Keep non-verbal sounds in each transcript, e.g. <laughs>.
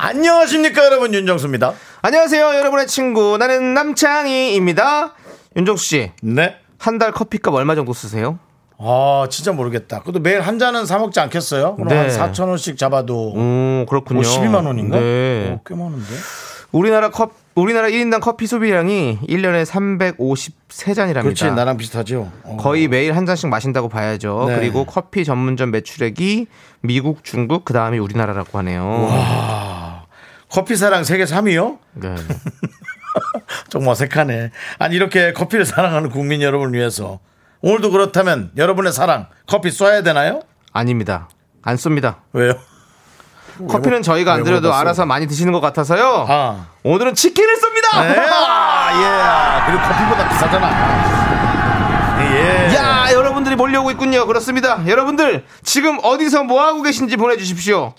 안녕하십니까 여러분 윤정수입니다. 안녕하세요, 여러분의 친구. 나는 남창희입니다. 윤정수 씨, 네. 한 달 커피값 얼마 정도 쓰세요? 아 진짜 모르겠다. 그래도 매일 한 잔은 사 먹지 않겠어요? 그럼 네. 한 4천 원씩 잡아도 오, 그렇군요. 뭐 12만 원인가? 어. 네. 오, 꽤 많은데. 우리나라 컵, 우리나라 1인당 커피 소비량이 1년에 353잔이랍니다. 그렇지 나랑 비슷하죠. 어. 거의 매일 한 잔씩 마신다고 봐야죠. 네. 그리고 커피 전문점 매출액이 미국, 중국, 그 다음이 우리나라라고 하네요. 커피 사랑 세계 3위요? 네. 좀 어색하네. 아니 이렇게 커피를 <laughs> 사랑하는 국민 여러분을 위해서 오늘도 그렇다면 여러분의 사랑 커피 쏴야 되나요? 아닙니다. 안 쏩니다. 왜요? 커피는 저희가 안 왜 드려도 물어봤어요? 알아서 많이 드시는 것 같아서요. 아. 오늘은 치킨을 쏩니다! 예. <laughs> 예. 그리고 커피보다 비싸잖아. 예. 야 여러분들이 몰려오고 있군요 그렇습니다 여러분들 지금 어디서 뭐하고 계신지 보내주십시오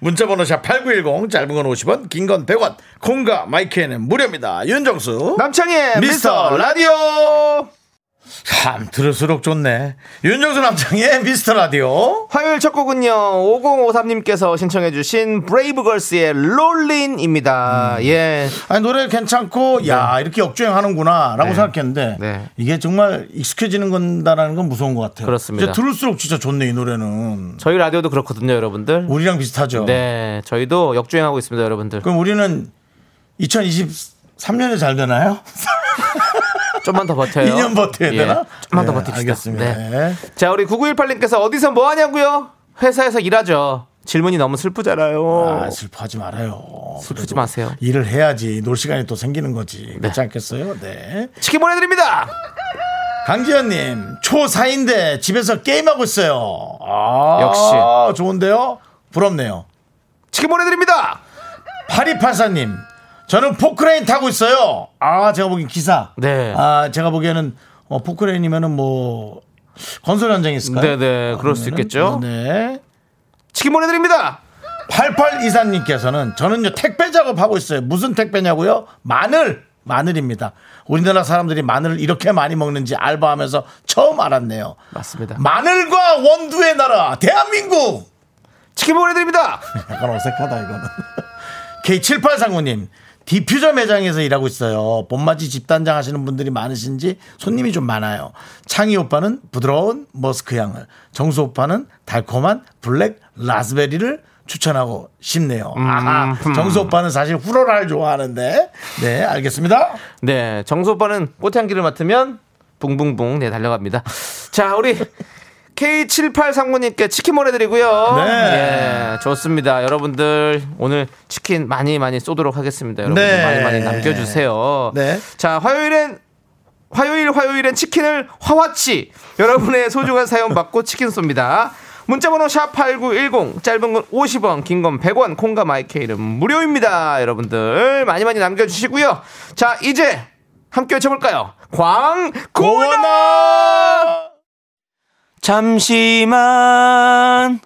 문자번호 샵8910 짧은 건 50원 긴 건 100원 콩과 마이크에는 무료입니다 윤정수 남창희의 미스터 라디오 참 들을수록 좋네 윤정수 남창의 미스터 라디오 화요일 첫 곡은요 5053님께서 신청해 주신 브레이브걸스의 롤린입니다 예 아니 노래 괜찮고 야 이렇게 역주행하는구나 라고 네. 생각했는데 네. 이게 정말 익숙해지는 건다라는 건 무서운 것 같아요 그렇습니다. 이제 들을수록 진짜 좋네 이 노래는 저희 라디오도 그렇거든요 여러분들 우리랑 비슷하죠 네 저희도 역주행하고 있습니다 여러분들 그럼 우리는 2023년에 잘 되나요? 좀만 더 버텨요 2년 버텨야 예, 되나? 좀만 더 예, 버팁시다 알겠습니다. 네. 예. 자 우리 9918님께서 어디서 뭐하냐고요 회사에서 일하죠 질문이 너무 슬프잖아요 아, 슬퍼하지 말아요. 슬프지 그래도 마세요. 일을 해야지 놀 시간이 또 생기는 거지. 그렇지 않겠어요? 네. 치킨 보내드립니다 강지현님 초사인데 집에서 게임하고 있어요. 아, 역시. 좋은데요? 부럽네요. 치킨 보내드립니다 파리판사님 저는 포크레인 타고 있어요. 아 제가 보기엔 기사. 네. 아 제가 보기에는 어, 포크레인이면은 뭐 건설 현장에 있을까요? 네네, 그럴 수 아니면은? 있겠죠. 네. 치킨 보내드립니다 8824님께서는 저는요 택배 작업하고 있어요. 무슨 택배냐고요? 마늘! 마늘입니다. 우리나라 사람들이 마늘을 이렇게 많이 먹는지 알바하면서 처음 알았네요. 맞습니다. 마늘과 원두의 나라, 대한민국! 치킨 보내드립니다. 약간 어색하다, 이거는. <laughs> K7839님, 디퓨저 매장에서 일하고 있어요. 봄맞이 집단장 하시는 분들이 많으신지 손님이 좀 많아요. 창희 오빠는 부드러운 머스크 향을, 정수 오빠는 달콤한 블랙 라즈베리를 추천하고 싶네요. 아하, 정수 오빠는 사실 후로라를 좋아하는데. 네, 알겠습니다. <laughs> 네, 정수 오빠는 꽃향기를 맡으면 붕붕붕 네 달려갑니다. 자, 우리 K7839님께 치킨 보내드리고요. 네. 예, 좋습니다. 여러분들 오늘 치킨 많이 많이 쏘도록 하겠습니다. 여러분들 네. 많이 많이 남겨주세요. 네. 자, 화요일엔 화요일 화요일엔 치킨을 화화치 여러분의 소중한 사연 받고 치킨 쏩니다. 문자번호 샵8910 짧은 건 50원 긴 건 100원 콩과 마이케이는 무료입니다. 여러분들 많이 많이 남겨주시고요. 자 이제 함께 외쳐볼까요. 광고나 잠시만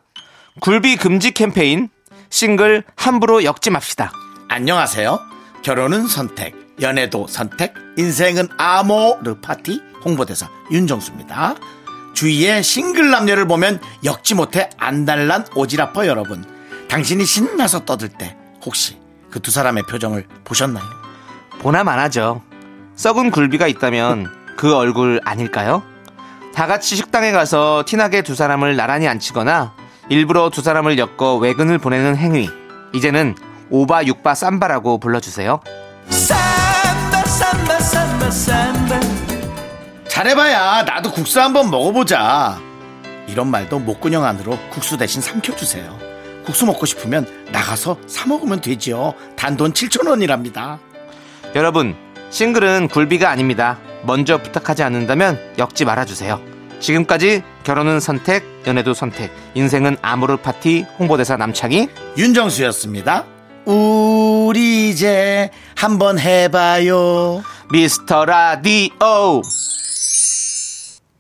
굴비 금지 캠페인 싱글 함부로 엮지 맙시다. 안녕하세요. 결혼은 선택, 연애도 선택, 인생은 아모르 파티 홍보대사 윤정수입니다. 주위에 싱글 남녀를 보면 역지 못해 안달난 오지라퍼 여러분. 당신이 신나서 떠들 때 혹시 그 두 사람의 표정을 보셨나요? 보나 마나죠. 썩은 굴비가 있다면 그 얼굴 아닐까요? 다 같이 식당에 가서 티나게 두 사람을 나란히 앉히거나 일부러 두 사람을 엮어 외근을 보내는 행위. 이제는 오바 육바 쌈바라고 불러주세요. 잘해봐야 나도 국수 한번 먹어보자. 이런 말도 목구녕 안으로 국수 대신 삼켜주세요. 국수 먹고 싶으면 나가서 사 먹으면 되지요. 단돈 7천 원이랍니다. 여러분, 싱글은 굴비가 아닙니다. 먼저 부탁하지 않는다면 엮지 말아주세요. 지금까지 결혼은 선택, 연애도 선택, 인생은 아모르 파티 홍보대사 남창희 윤정수였습니다. 우. 우리 이제 한번 해봐요. 미스터 라디오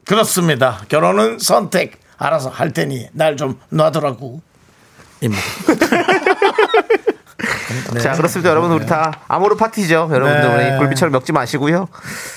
그렇습니다. 결혼은 선택. 알아서 할 테니 날 좀 놔두라고. 입니다. 네. 자 그렇습니다 여러분 우리 다 아모르 파티죠 여러분들 네. 우리 굴비처럼 먹지 마시고요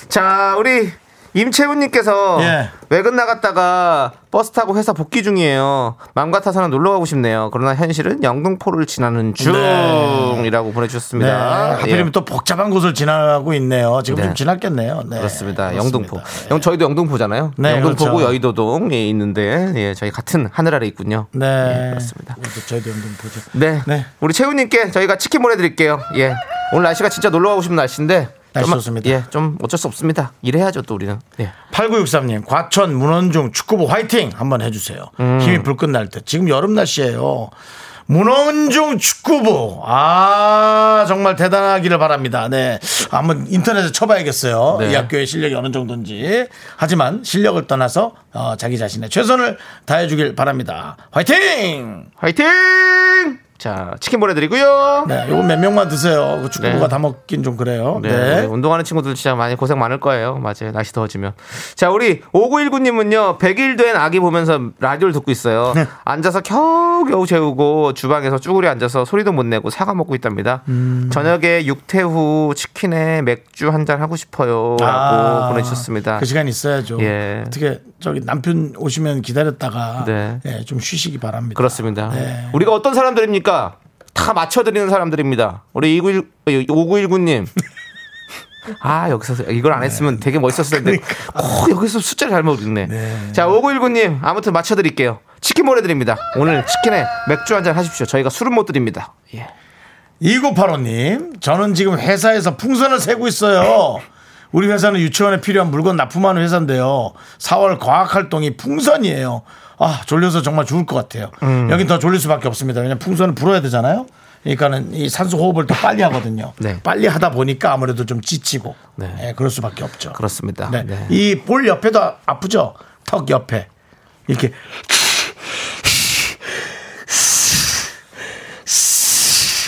자 우리 임채훈님께서 예. 외근 나갔다가 버스 타고 회사 복귀 중이에요 맘 같아서는 놀러 가고 싶네요 그러나 현실은 영등포를 지나는 중이라고 네. 보내주셨습니다 하필이면 예. 또 복잡한 곳을 지나가고 있네요. 지금 네. 좀 지났겠네요. 네. 그렇습니다. 그렇습니다. 영등포. 네. 영, 저희도 영등포잖아요. 네, 영등포고 그렇죠. 여의도동 예, 있는데 예, 저희 같은 하늘 아래 있군요. 네. 예, 그렇습니다. 이것도 저희도 영등포죠. 네. 네. 우리 채우님께 저희가 치킨 보내드릴게요. 예. 오늘 날씨가 진짜 놀러 가고 싶은 날씨인데. 날씨 좀- 좋습니다. 예, 좀 어쩔 수 없습니다. 일해야죠, 또 우리는. 예. 8963님, 과천 문원중 축구부 화이팅 한번 해주세요. 음. 힘이 불끝 날 때. 지금 여름 날씨예요. 문원중 축구부. 아, 정말 대단하기를 바랍니다. 네. 한번 인터넷에 쳐봐야겠어요. 네. 이 학교의 실력이 어느 정도인지. 하지만 실력을 떠나서 어, 자기 자신의 최선을 다해주길 바랍니다. 화이팅! 화이팅! 자, 치킨 보내드리고요. 네. 요거 몇 명만 드세요. 그 축구부가 네. 다 먹긴 좀 그래요. 네, 네. 네, 운동하는 친구들 진짜 많이 고생 많을 거예요. 맞아요. 날씨 더워지면. 자, 우리 5919님은요, 100일 된 아기 보면서 라디오를 듣고 있어요. 네. 앉아서 겨우겨우 재우고 주방에서 쭈그리 앉아서 소리도 못 내고 사과 먹고 있답니다. 음. 저녁에 육퇴 후 치킨에 맥주 한 잔 하고 싶어요. 라고 아, 보내주셨습니다. 그 시간 있어야죠. 예. 어떻게 저기 남편 오시면 기다렸다가 네. 예, 좀 쉬시기 바랍니다. 그렇습니다. 네. 우리가 어떤 사람들입니까? 다 맞춰드리는 사람들입니다. 우리 2919, 5919님. 아, 여기서 이걸 안 했으면 되게 멋있었을 텐데. 꼭 여기서 숫자를 잘못 읽네. 자, 5919님, 아무튼 맞춰드릴게요. 치킨 보내드립니다. 오늘 치킨에 맥주 한 잔 하십시오. 저희가 술은 못 드립니다. 예. 2985님, 저는 지금 회사에서 풍선을 세고 있어요. 우리 회사는 유치원에 필요한 물건 납품하는 회사인데요. 4월 과학활동이 풍선이에요. 아, 졸려서 정말 죽을 것 같아요. 음. 여긴 더 졸릴 수밖에 없습니다. 왜냐면 풍선을 불어야 되잖아요. 그러니까는 이 산소 호흡을 더 빨리 하거든요. 네. 빨리 하다 보니까 아무래도 좀 지치고 네. 예, 그럴 수밖에 없죠. 그렇습니다. 네. 네. 이 볼 옆에도 아- 아프죠? 턱 옆에. 이렇게.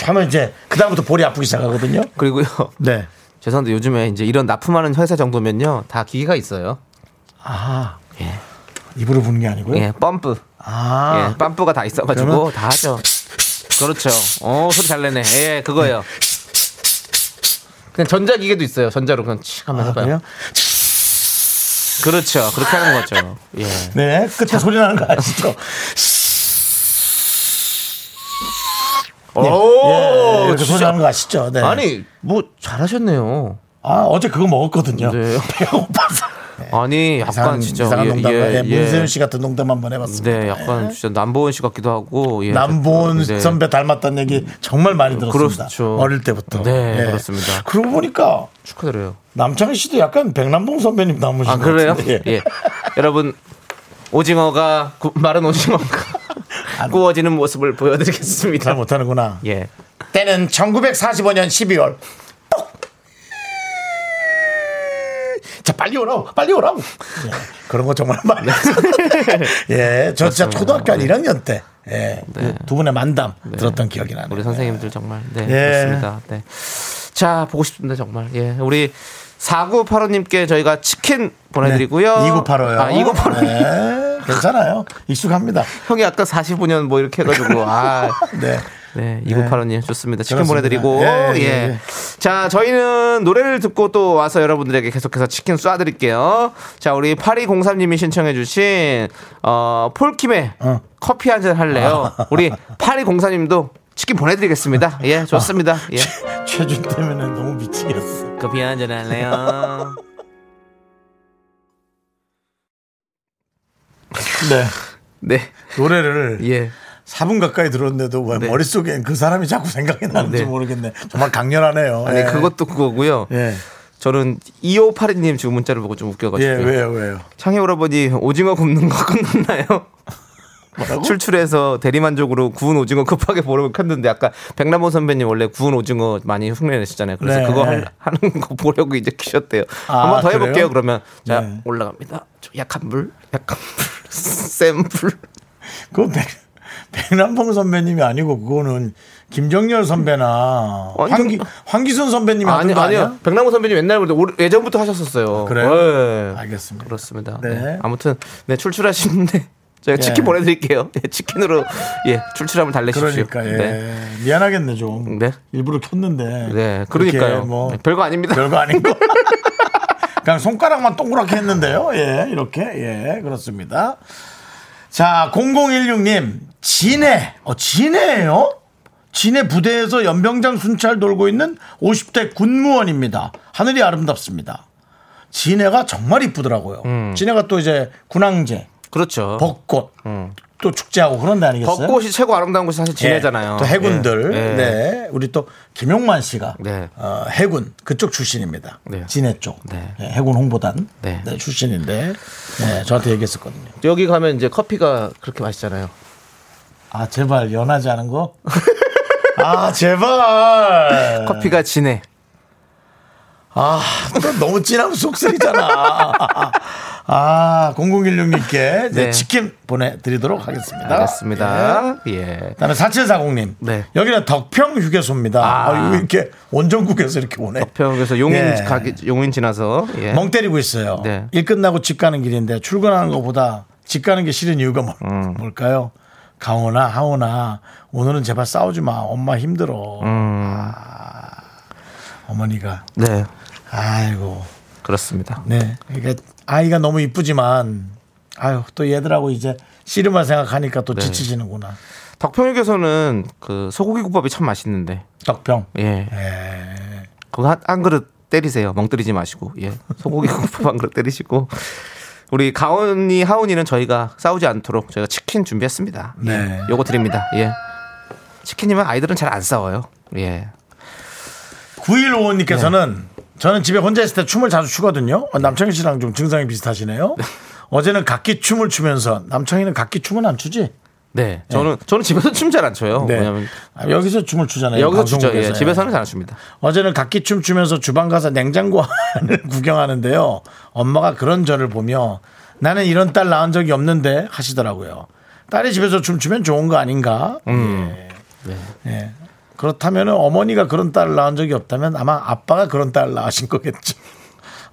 하면 이제 그다음부터 볼이 아프기 시작하거든요. 그리고요. <laughs> 네. 죄송한데 요즘에 이제 이런 납품하는 회사 정도면요. 다 기계가 있어요. 아. 예. 입으로 부는 게 아니고요. 예, 펌프. 아. 예, 빰뿌가 다 있어가지고 그러면- 다 하죠. 그렇죠. 어 소리 잘 내네. 예, 그거예요. 그냥 전자기계도 있어요. 전자로 그냥 칙 하면 아, 해봐요. 그래요? 그렇죠. 그렇게 하는 거죠. 예. 네. 끝에 소리 나는 거 아시죠? <laughs> 예, 오, 이렇게 소리 어, 진짜. 나는 거 아시죠? 네. 아니 뭐 잘하셨네요. 아, 어제 그거 먹었거든요. 네. <laughs> 배고파서. 아니 약간 이상한, 진짜 이상한 예, 농담. 예, 예, 예. 문세윤 씨 같은 농담 한번 해봤습니다. 네, 약간 진짜 남보은 씨 같기도 하고. 예, 남보은 네. 선배 닮았다는 얘기 정말 많이 들었습니다. 그렇죠. 어릴 때부터. 예. 네, 그렇습니다. 그러고 보니까 축하드려요. 남창희 씨도 약간 백남봉 선배님 닮으신 아 것 그래요? 같은데. 예. 여러분 오징어가 구- <laughs> 마른 오징어가 아, 네. 구워지는 모습을 보여드리겠습니다. 잘 못하는구나. 예. 때는 1945년 12월. 똑! 자 빨리 오라고 빨리 오라고 예, 그런 거 정말 네. 많이 예저 진짜 초등학교 한 1학년 때두 예, 그 분의 만담 들었던 기억이 나네요 네. 우리 선생님들 정말 네 예. 그렇습니다. 네. 자 보고 싶습니다 정말. 예 우리 4985님께 저희가 치킨 보내드리고요. 2985요 아 2985. 네, 괜찮아요 익숙합니다 형이 아까 45년 뭐 이렇게 해가지고 아. <laughs> 네 네, 2985님 좋습니다. 치킨 그렇습니다. 보내드리고 예, 예, 예, 예. 자 저희는 노래를 듣고 또 와서 여러분들에게 계속해서 치킨 쏴드릴게요. 자 우리 8203님이 신청해주신 어, 폴킴의 어. 아. 커피 한 잔 할래요. 우리 8203님도 치킨 보내드리겠습니다. 예 좋습니다. 아, 예. <laughs> 최준 때문에 너무 미치겠어. 커피 한 잔 할래요. 네. <laughs> 네, 노래를 예. 4분 가까이 들었는데도 왜 네. 머릿속엔 그 사람이 자꾸 생각이 나는지 네. 모르겠네. 정말 강렬하네요. 아니 예. 그것도 그거고요. 예. 저는 2582님 지금 문자를 보고 좀 웃겨가지고. 예, 왜요, 왜요? 창희 할아버지 오징어 굽는 거 끝났나요? <laughs> 출출해서 대리만족으로 구운 오징어 급하게 보러 갔는데 아까 백남호 선배님 원래 구운 오징어 많이 흉내내시잖아요. 그래서 네. 그거 할- 하는 거 보려고 이제 키셨대요. 아, 한번 더 그래요? 해볼게요. 그러면 자 네. <laughs> 올라갑니다. 저 약한 불, 약한 불, 센 불. 그거 백, 백남봉 선배님이 아니고 그거는 김정열 선배나 아니, 황기, 좀- 황기순 선배님이 어, 아니 하는 거 아니야? 아, 아니요. 백남호 선배님 옛날부터 오래- 예전부터 하셨었어요. 그래요? 예. 알겠습니다. 그렇습니다. 네. 네. 아무튼 네 출출하시는데 <laughs> 저희가 치킨 보내드릴게요. 예, 치킨으로 예 출출함을 달래십시오. 그러니까 예. 네. 미안하겠네 좀 네. 일부러 켰는데 네, 그렇게 그러니까요. 뭐 네, 별거 아닙니다. 별거 아닌 거 <laughs> 그냥 손가락만 동그랗게 했는데요 예 이렇게 예 그렇습니다 자 0016님 진해 어 진해예요 진해 부대에서 연병장 순찰 돌고 있는 50대 군무원입니다 하늘이 아름답습니다 진해가 정말 이쁘더라고요 음. 진해가 또 이제 군항제 그렇죠. 벚꽃 또 축제하고 그런 데 아니겠어요? 벚꽃이 최고 아름다운 곳이 사실 진해잖아요. 예, 또 해군들. 예, 예. 네. 우리 또 김용만 씨가 네. 어, 해군 그쪽 출신입니다. 네. 진해 쪽. 네. 예, 해군 홍보단 네. 네, 출신인데 네, 저한테 얘기했었거든요. 여기 가면 이제 커피가 그렇게 맛있잖아요. 아 제발 연하지 않은 거. <laughs> 아 제발. 커피가 진해. 아, 또 너무 진하면 속쓰리잖아. 아, 0016님께 네. 치킨 보내드리도록 하겠습니다. 예. 알겠습니다. 예. 그다음에 4740님. 네. 여기는 덕평 휴게소입니다. 아. 아, 이거 이렇게 원정국에서 이렇게 오네. 평에서 용인 예. 가기 용인 지나서 예. 멍 때리고 있어요. 네. 일 끝나고 집 가는 길인데 출근하는 것보다 집 가는 게 싫은 이유가 뭘, 음. 까요 강호나 하호나 오늘은 제발 싸우지 마. 엄마 힘들어. 음. 아, 어머니가 네 아이고 그렇습니다. 네 그러니까 아이가 너무 이쁘지만 아유 또 얘들하고 이제 씨름만 생각하니까 네. 또 지치시는구나. 덕평역에서는 그 소고기 국밥이 참 맛있는데 덕평. 예 예. 그거 한, 한 그릇 때리세요. 멍 때리지 마시고 예 소고기 국밥 한 그릇 때리시고 우리 가온이 하온이는 저희가 싸우지 않도록 저희가 치킨 준비했습니다. 예. 네. 요거 드립니다. 예 치킨이면 아이들은 잘 안 싸워요. 예 9155님께서는 네. 저는 집에 혼자 있을 때 춤을 자주 추거든요. 어, 남창희 씨랑 좀 증상이 비슷하시네요. 어제는 각기 춤을 추면서 남창희는 각기 춤은 안 추지? 네, 저는 저는 집에서 춤 잘 안 춰요. 왜냐면 아, 여기서 춤을 추잖아요. 어, 여기서 추죠. 예, 방송국에서. 집에서는 잘 안 춥니다. 어제는 각기 춤 추면서 주방 가서 냉장고 안을 <laughs> 구경하는데요. 엄마가 그런 저를 보며 나는 이런 딸 낳은 적이 없는데 하시더라고요. 딸이 집에서 춤추면 좋은 거 아닌가? 음. 네. 예. 예. 그렇다면 어머니가 그런 딸을 낳은 적이 없다면 아마 아빠가 그런 딸을 낳으신 거겠죠.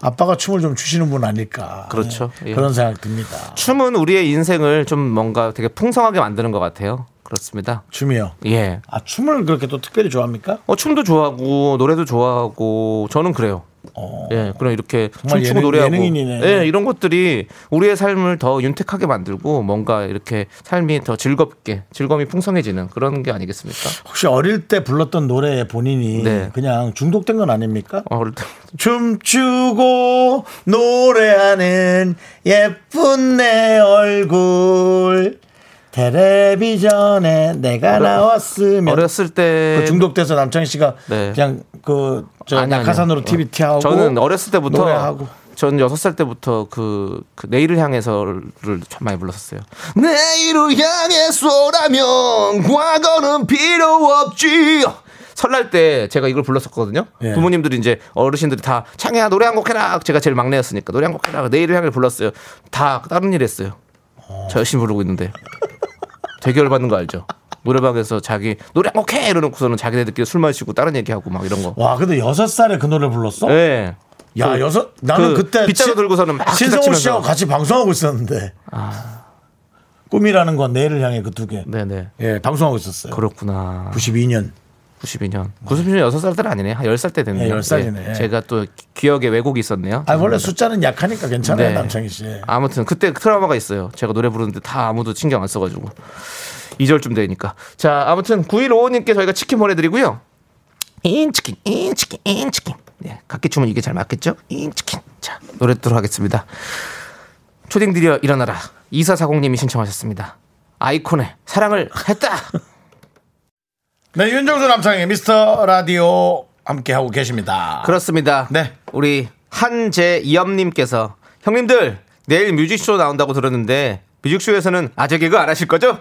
아빠가 춤을 좀 추시는 분 아닐까. 그렇죠. 예. 예. 그런 생각 듭니다. 춤은 우리의 인생을 좀 뭔가 되게 풍성하게 만드는 것 같아요. 그렇습니다. 춤이요. 예. 아, 춤을 그렇게 또 특별히 좋아합니까? 어, 춤도 좋아하고 노래도 좋아하고 저는 그래요. 어. 예, 그럼 이렇게 정말 춤추고 예능- 노래하고 예능인이네. 예, 이런 것들이 우리의 삶을 더 윤택하게 만들고 뭔가 이렇게 삶이 더 즐겁게 즐거움이 풍성해지는 그런 게 아니겠습니까? 혹시 어릴 때 불렀던 노래에 본인이 네. 그냥 중독된 건 아닙니까? 어, 그럴 때- 춤추고 노래하는 예쁜 내 얼굴 텔레비전에 내가 나왔으면 어렸을 때 그 중독돼서 남창희 씨가 네. 그냥 그저 아니, 아니요. 낙하산으로 TBT 하고 저는 어렸을 때부터 노래하고. 저는 여섯 살 때부터 그, 그 내일을 향해서를 참 많이 불렀었어요. 내일을 향해서라면 과거는 필요 없지. 설날 때 제가 이걸 불렀었거든요. 예. 부모님들이 이제 어르신들이 다 창이야 노래 한 곡 해라. 제가 제일 막내였으니까 노래 한 곡 해라. 내일을 향해 불렀어요. 다 다른 일 했어요. 저 열심히 부르고 있는데 되게 열받는 거 알죠? 노래방에서 자기 노래 한 곡 해 이러놓고서는 자기네들끼리 술 마시고 다른 얘기하고 막 이런 거. 와 근데 여섯 살에 그 노래 불렀어? 예. 야 여섯 나는 그 그, 때 빗자루 들고서는 막 신성우 치면서. 아. 씨하고 같이 방송하고 있었는데 꿈이라는 건 내일을 향해 그 두 개 네네. 예, 방송하고 있었어요. 그렇구나. 92년 92년. 92년 네. 여섯 살 때는 아니네. 한 10살 때 됐네요. 네, 10살 이네. 예. 제가 또 기억에 왜곡이 있었네요. 아 원래 숫자는 약하니까 괜찮아요 네. 남창희 씨. 아무튼 그때 그 트라우마가 있어요. 제가 노래 부르는데 다 아무도 신경 안 써가지고 2절쯤 되니까. 자, 아무튼 9155님께 저희가 치킨 보내드리고요. 인치킨, 인치킨, 인치킨. 예, 각기 춤은 이게 잘 맞겠죠? 인치킨. 자, 노래 듣도록 하겠습니다. 초딩들이여 일어나라. 2440님이 신청하셨습니다. 아이콘의 사랑을 했다. 네 윤정수 남창희 미스터 라디오 함께 하고 계십니다. 그렇습니다. 네. 우리 한재이엄님께서 형님들 내일 뮤직쇼 나온다고 들었는데 뮤직쇼에서는 아재 개그 안 하실 거죠?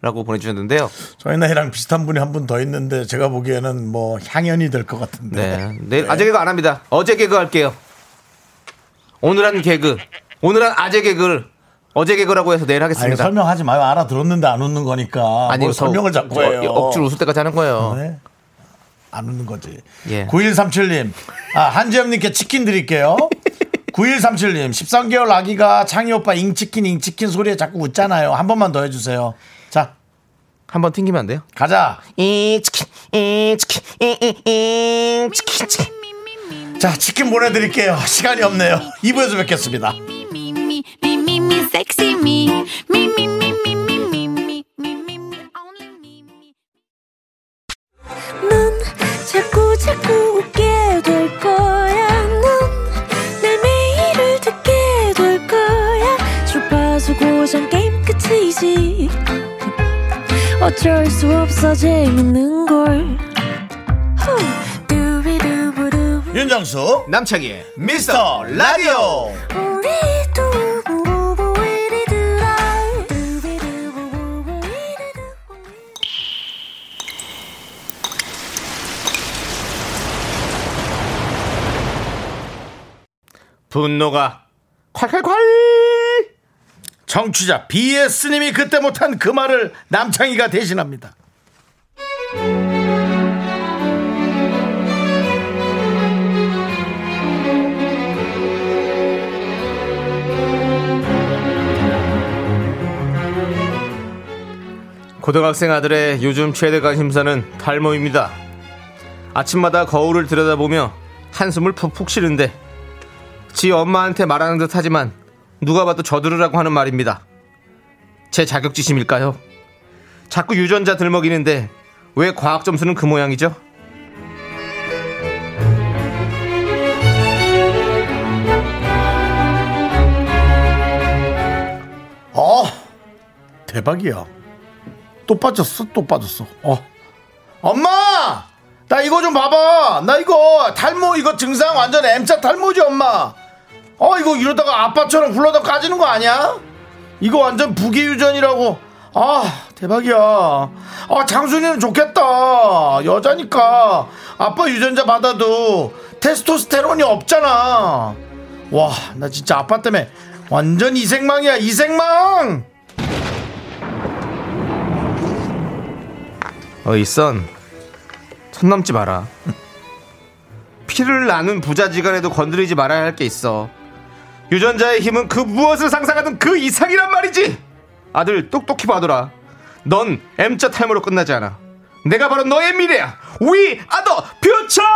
라고 보내주셨는데요. 저희 나이랑 비슷한 분이 한 분 더 있는데 제가 보기에는 뭐 향연이 될 것 같은데. 네. 내일 아재 개그 안 합니다. 어제 개그 할게요. 오늘 한 개그. 오늘 한 아재 개그를 어제 개그라고 해서 내일 아니, 하겠습니다. 설명하지 마요. 알아들었는데 안 웃는 거니까. 아니, 뭘 저- 설명을 자꾸 저 해요. 억지로 웃을 때까지 하는 거예요. 네? 안 웃는 거지. 예. 9137님. 아, 한지엽님께 치킨 <laughs> 드릴게요. 9137님. 13개월 아기가 창희 오빠 잉치킨 잉치킨 소리에 자꾸 웃잖아요. 한 번만 더 해주세요. 자, 한번 튕기면 안 돼요? 가자. 이 치킨, 이 치킨, 이, 이, 이 치킨, 치킨. 자, 치킨 보내드릴게요. 시간이 없네요. <laughs> 2부에서 뵙겠습니다. me, me, me, me, me, sexy me. Me, me, me, me, me, me, me, me, me, me, only me, me. 넌 자꾸 자꾸 웃게 될 거야. 넌내 매일을 듣게 될 거야. 주파수 고정 게임 끝이지. 어쩔 수 없어 재밌는 걸. 후. 두비두부두부. 윤정수. 남창희의 미스터 라디오. 우리 두부부부 우리들아. 두비두부부부 우리들아. 분노가 콸콸콸 정취자 BS님이 그때 못한 그 말을 남창희가 대신합니다. 고등학생 아들의 요즘 최대 관심사는 탈모입니다. 아침마다 거울을 들여다보며 한숨을 푹푹 쉬는데 지 엄마한테 말하는 듯 하지만 누가 봐도 저들으라고 하는 말입니다. 제 자격지심일까요? 자꾸 유전자 들먹이는데 왜 과학 점수는 그 모양이죠? 어 대박이야 또 빠졌어 또 빠졌어 어 엄마 나 이거 좀 봐봐 나 이거 탈모 이거 증상 완전 M자 탈모지 엄마 어 이거 이러다가 아빠처럼 굴러다 까지는 거 아니야 이거 완전 부기유전이라고 아 대박이야 아 장순이는 좋겠다 여자니까 아빠 유전자 받아도 테스토스테론이 없잖아 와 나 진짜 아빠 때문에 완전 이생망이야 이생망 어이 썬, 선 넘지 마라. 피를 나눈 부자지간에도 건드리지 말아야 할 게 있어. 유전자의 힘은 그 무엇을 상상하든 그 이상이란 말이지. 아들 똑똑히 봐둬라. 넌 M자 탈모로 끝나지 않아. 내가 바로 너의 미래야. We are the future.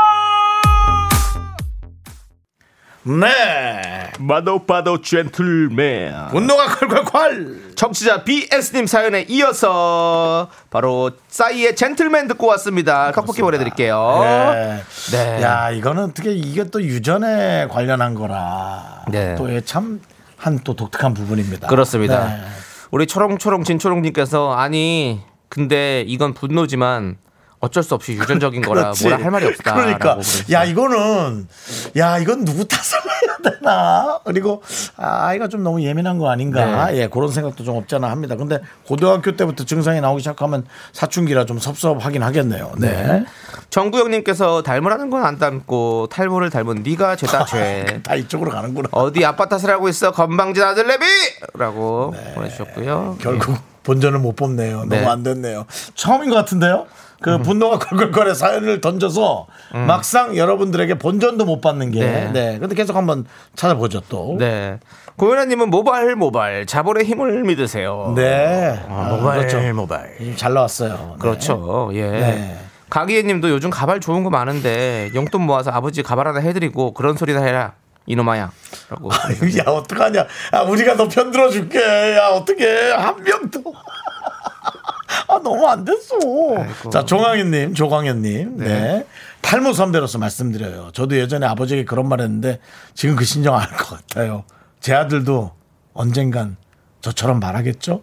네 마더 바더 젠틀맨. 분노가 콸콸콸 정치자 BS님 사연에 이어서 바로 싸이의 젠틀맨 듣고 왔습니다. 떡볶이 보내드릴게요. 네. 네. 야 이거는 어떻게 이게 또 유전에 관련한 거라 네. 또 참 한 또 독특한 부분입니다 그렇습니다. 네. 우리 초롱초롱 진초롱님께서 아니 근데 이건 분노지만 어쩔 수 없이 <laughs> 유전적인 거라 그렇지. 뭐라 할 말이 없다. 그러니까 야 이거는 야 이건 누구 탓을 해야 되나? 그리고 아, 아이가 좀 너무 예민한 거 아닌가? 네. 예 그런 생각도 좀 없잖아 합니다. 근데 고등학교 때부터 증상이 나오기 시작하면 사춘기라 좀 섭섭하긴 하겠네요. 네. 정구영님께서 닮으라는 건 안 닮고 탈모를 닮은 네가 <laughs> 죄다 죄. 아, 다 이쪽으로 가는구나. 어디 아빠 탓을 하고 있어 건방진 아들내비라고 보내주셨고요. 네. 결국 본전을 못 뽑네요. 네. 음. 너무 안 됐네요. 처음인 것 같은데요? 그 분노가 컬컬컬의 사연을 던져서 막상 여러분들에게 본전도 못 받는 게. 네. 네. 근데 계속 한번 찾아보죠 또. 네. 고현아님은 모발 모발 자본의 힘을 믿으세요. 네. 아, 모발 아, 그렇죠. 모발. 음, 잘 나왔어요. 네. 그렇죠. 예. 네. 가기애님도 요즘 가발 좋은 거 많은데 용돈 모아서 아버지 가발 하나 해드리고 그런 소리나 해라 이놈아야라고. 아유, 야 어떡하냐. 아, 우리가 너 편들어 줄게. 야 어떡해. 한 명도. <laughs> 아 너무 안 됐어. 자 종황현님, 조광현님, 네. 탈모 선배로서 말씀드려요. 저도 예전에 아버지에게 그런 말했는데 지금 그 신정 안 할 것 같아요. 제 아들도 언젠간 저처럼 말하겠죠.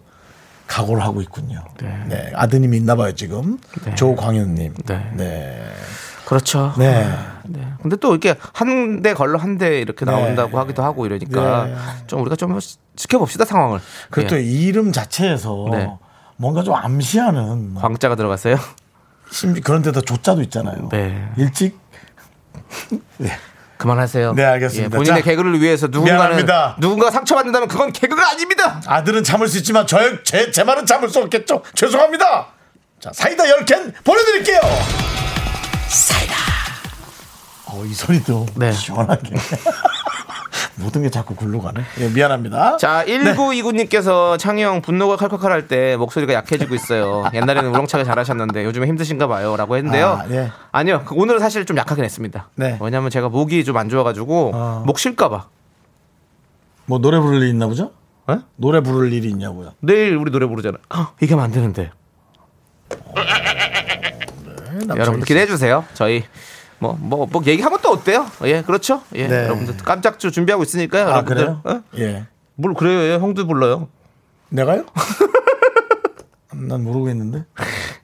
각오를 하고 있군요. 네, 아드님이 있나봐요 지금. 조광현님. 네. 네. 그렇죠. 네. 네. 근데 또 이렇게 한 대 걸러 한 대 이렇게 나온다고 하기도 하고 이러니까 네. 좀 우리가 좀 지켜봅시다 상황을. 그리고 또 예. 이 이름 자체에서 네. 뭔가 좀 암시하는 광자가 들어갔어요. <laughs> 심지 그런 데다 조자도 있잖아요. 네. 일찍 그만하세요. 네, 알겠습니다. 예, 본인의 자, 개그를 위해서 누군가는 미안합니다. 누군가 상처받는다면 그건 개그가 아닙니다. 아들은 참을 수 있지만 저의 제, 제 말은 참을 수 없겠죠. 죄송합니다. 자, 사이다 10캔 보내드릴게요. 사이다. 어, 이 소리도 네. 시원하게. <laughs> 모든 게 자꾸 굴러 가네. 예, 미안합니다. 자, 1929님께서 창희형 분노가 칼칼칼 할 때 목소리가 약해지고 있어요. 옛날에는 우렁차게 잘하셨는데 요즘에 힘드신가 봐요. 라고 했는데요. 아, 예. 니요그 오늘은 사실 좀 약하긴 했습니다. 네. 왜냐면 제가 목이 좀 안 좋아가지고 아. 목 쉴까봐. 뭐 노래 부를 일 있나 보죠? 예? 노래 부를 일이 있냐고요. 내일 우리 노래 부르잖아. 헉, 이게 하면 안 되는데. 아, 여러분들 기대해 주세요. 저희 뭐 뭐 뭐 얘기하면 또 어때요? 예, 그렇죠. 예, 네. 여러분들 깜짝주 준비하고 있으니까요. 아, 여러분들. 그래요? 어? 예. 뭘 그래요? 예, 형도 불러요. 내가요? 난 모르고 있는데.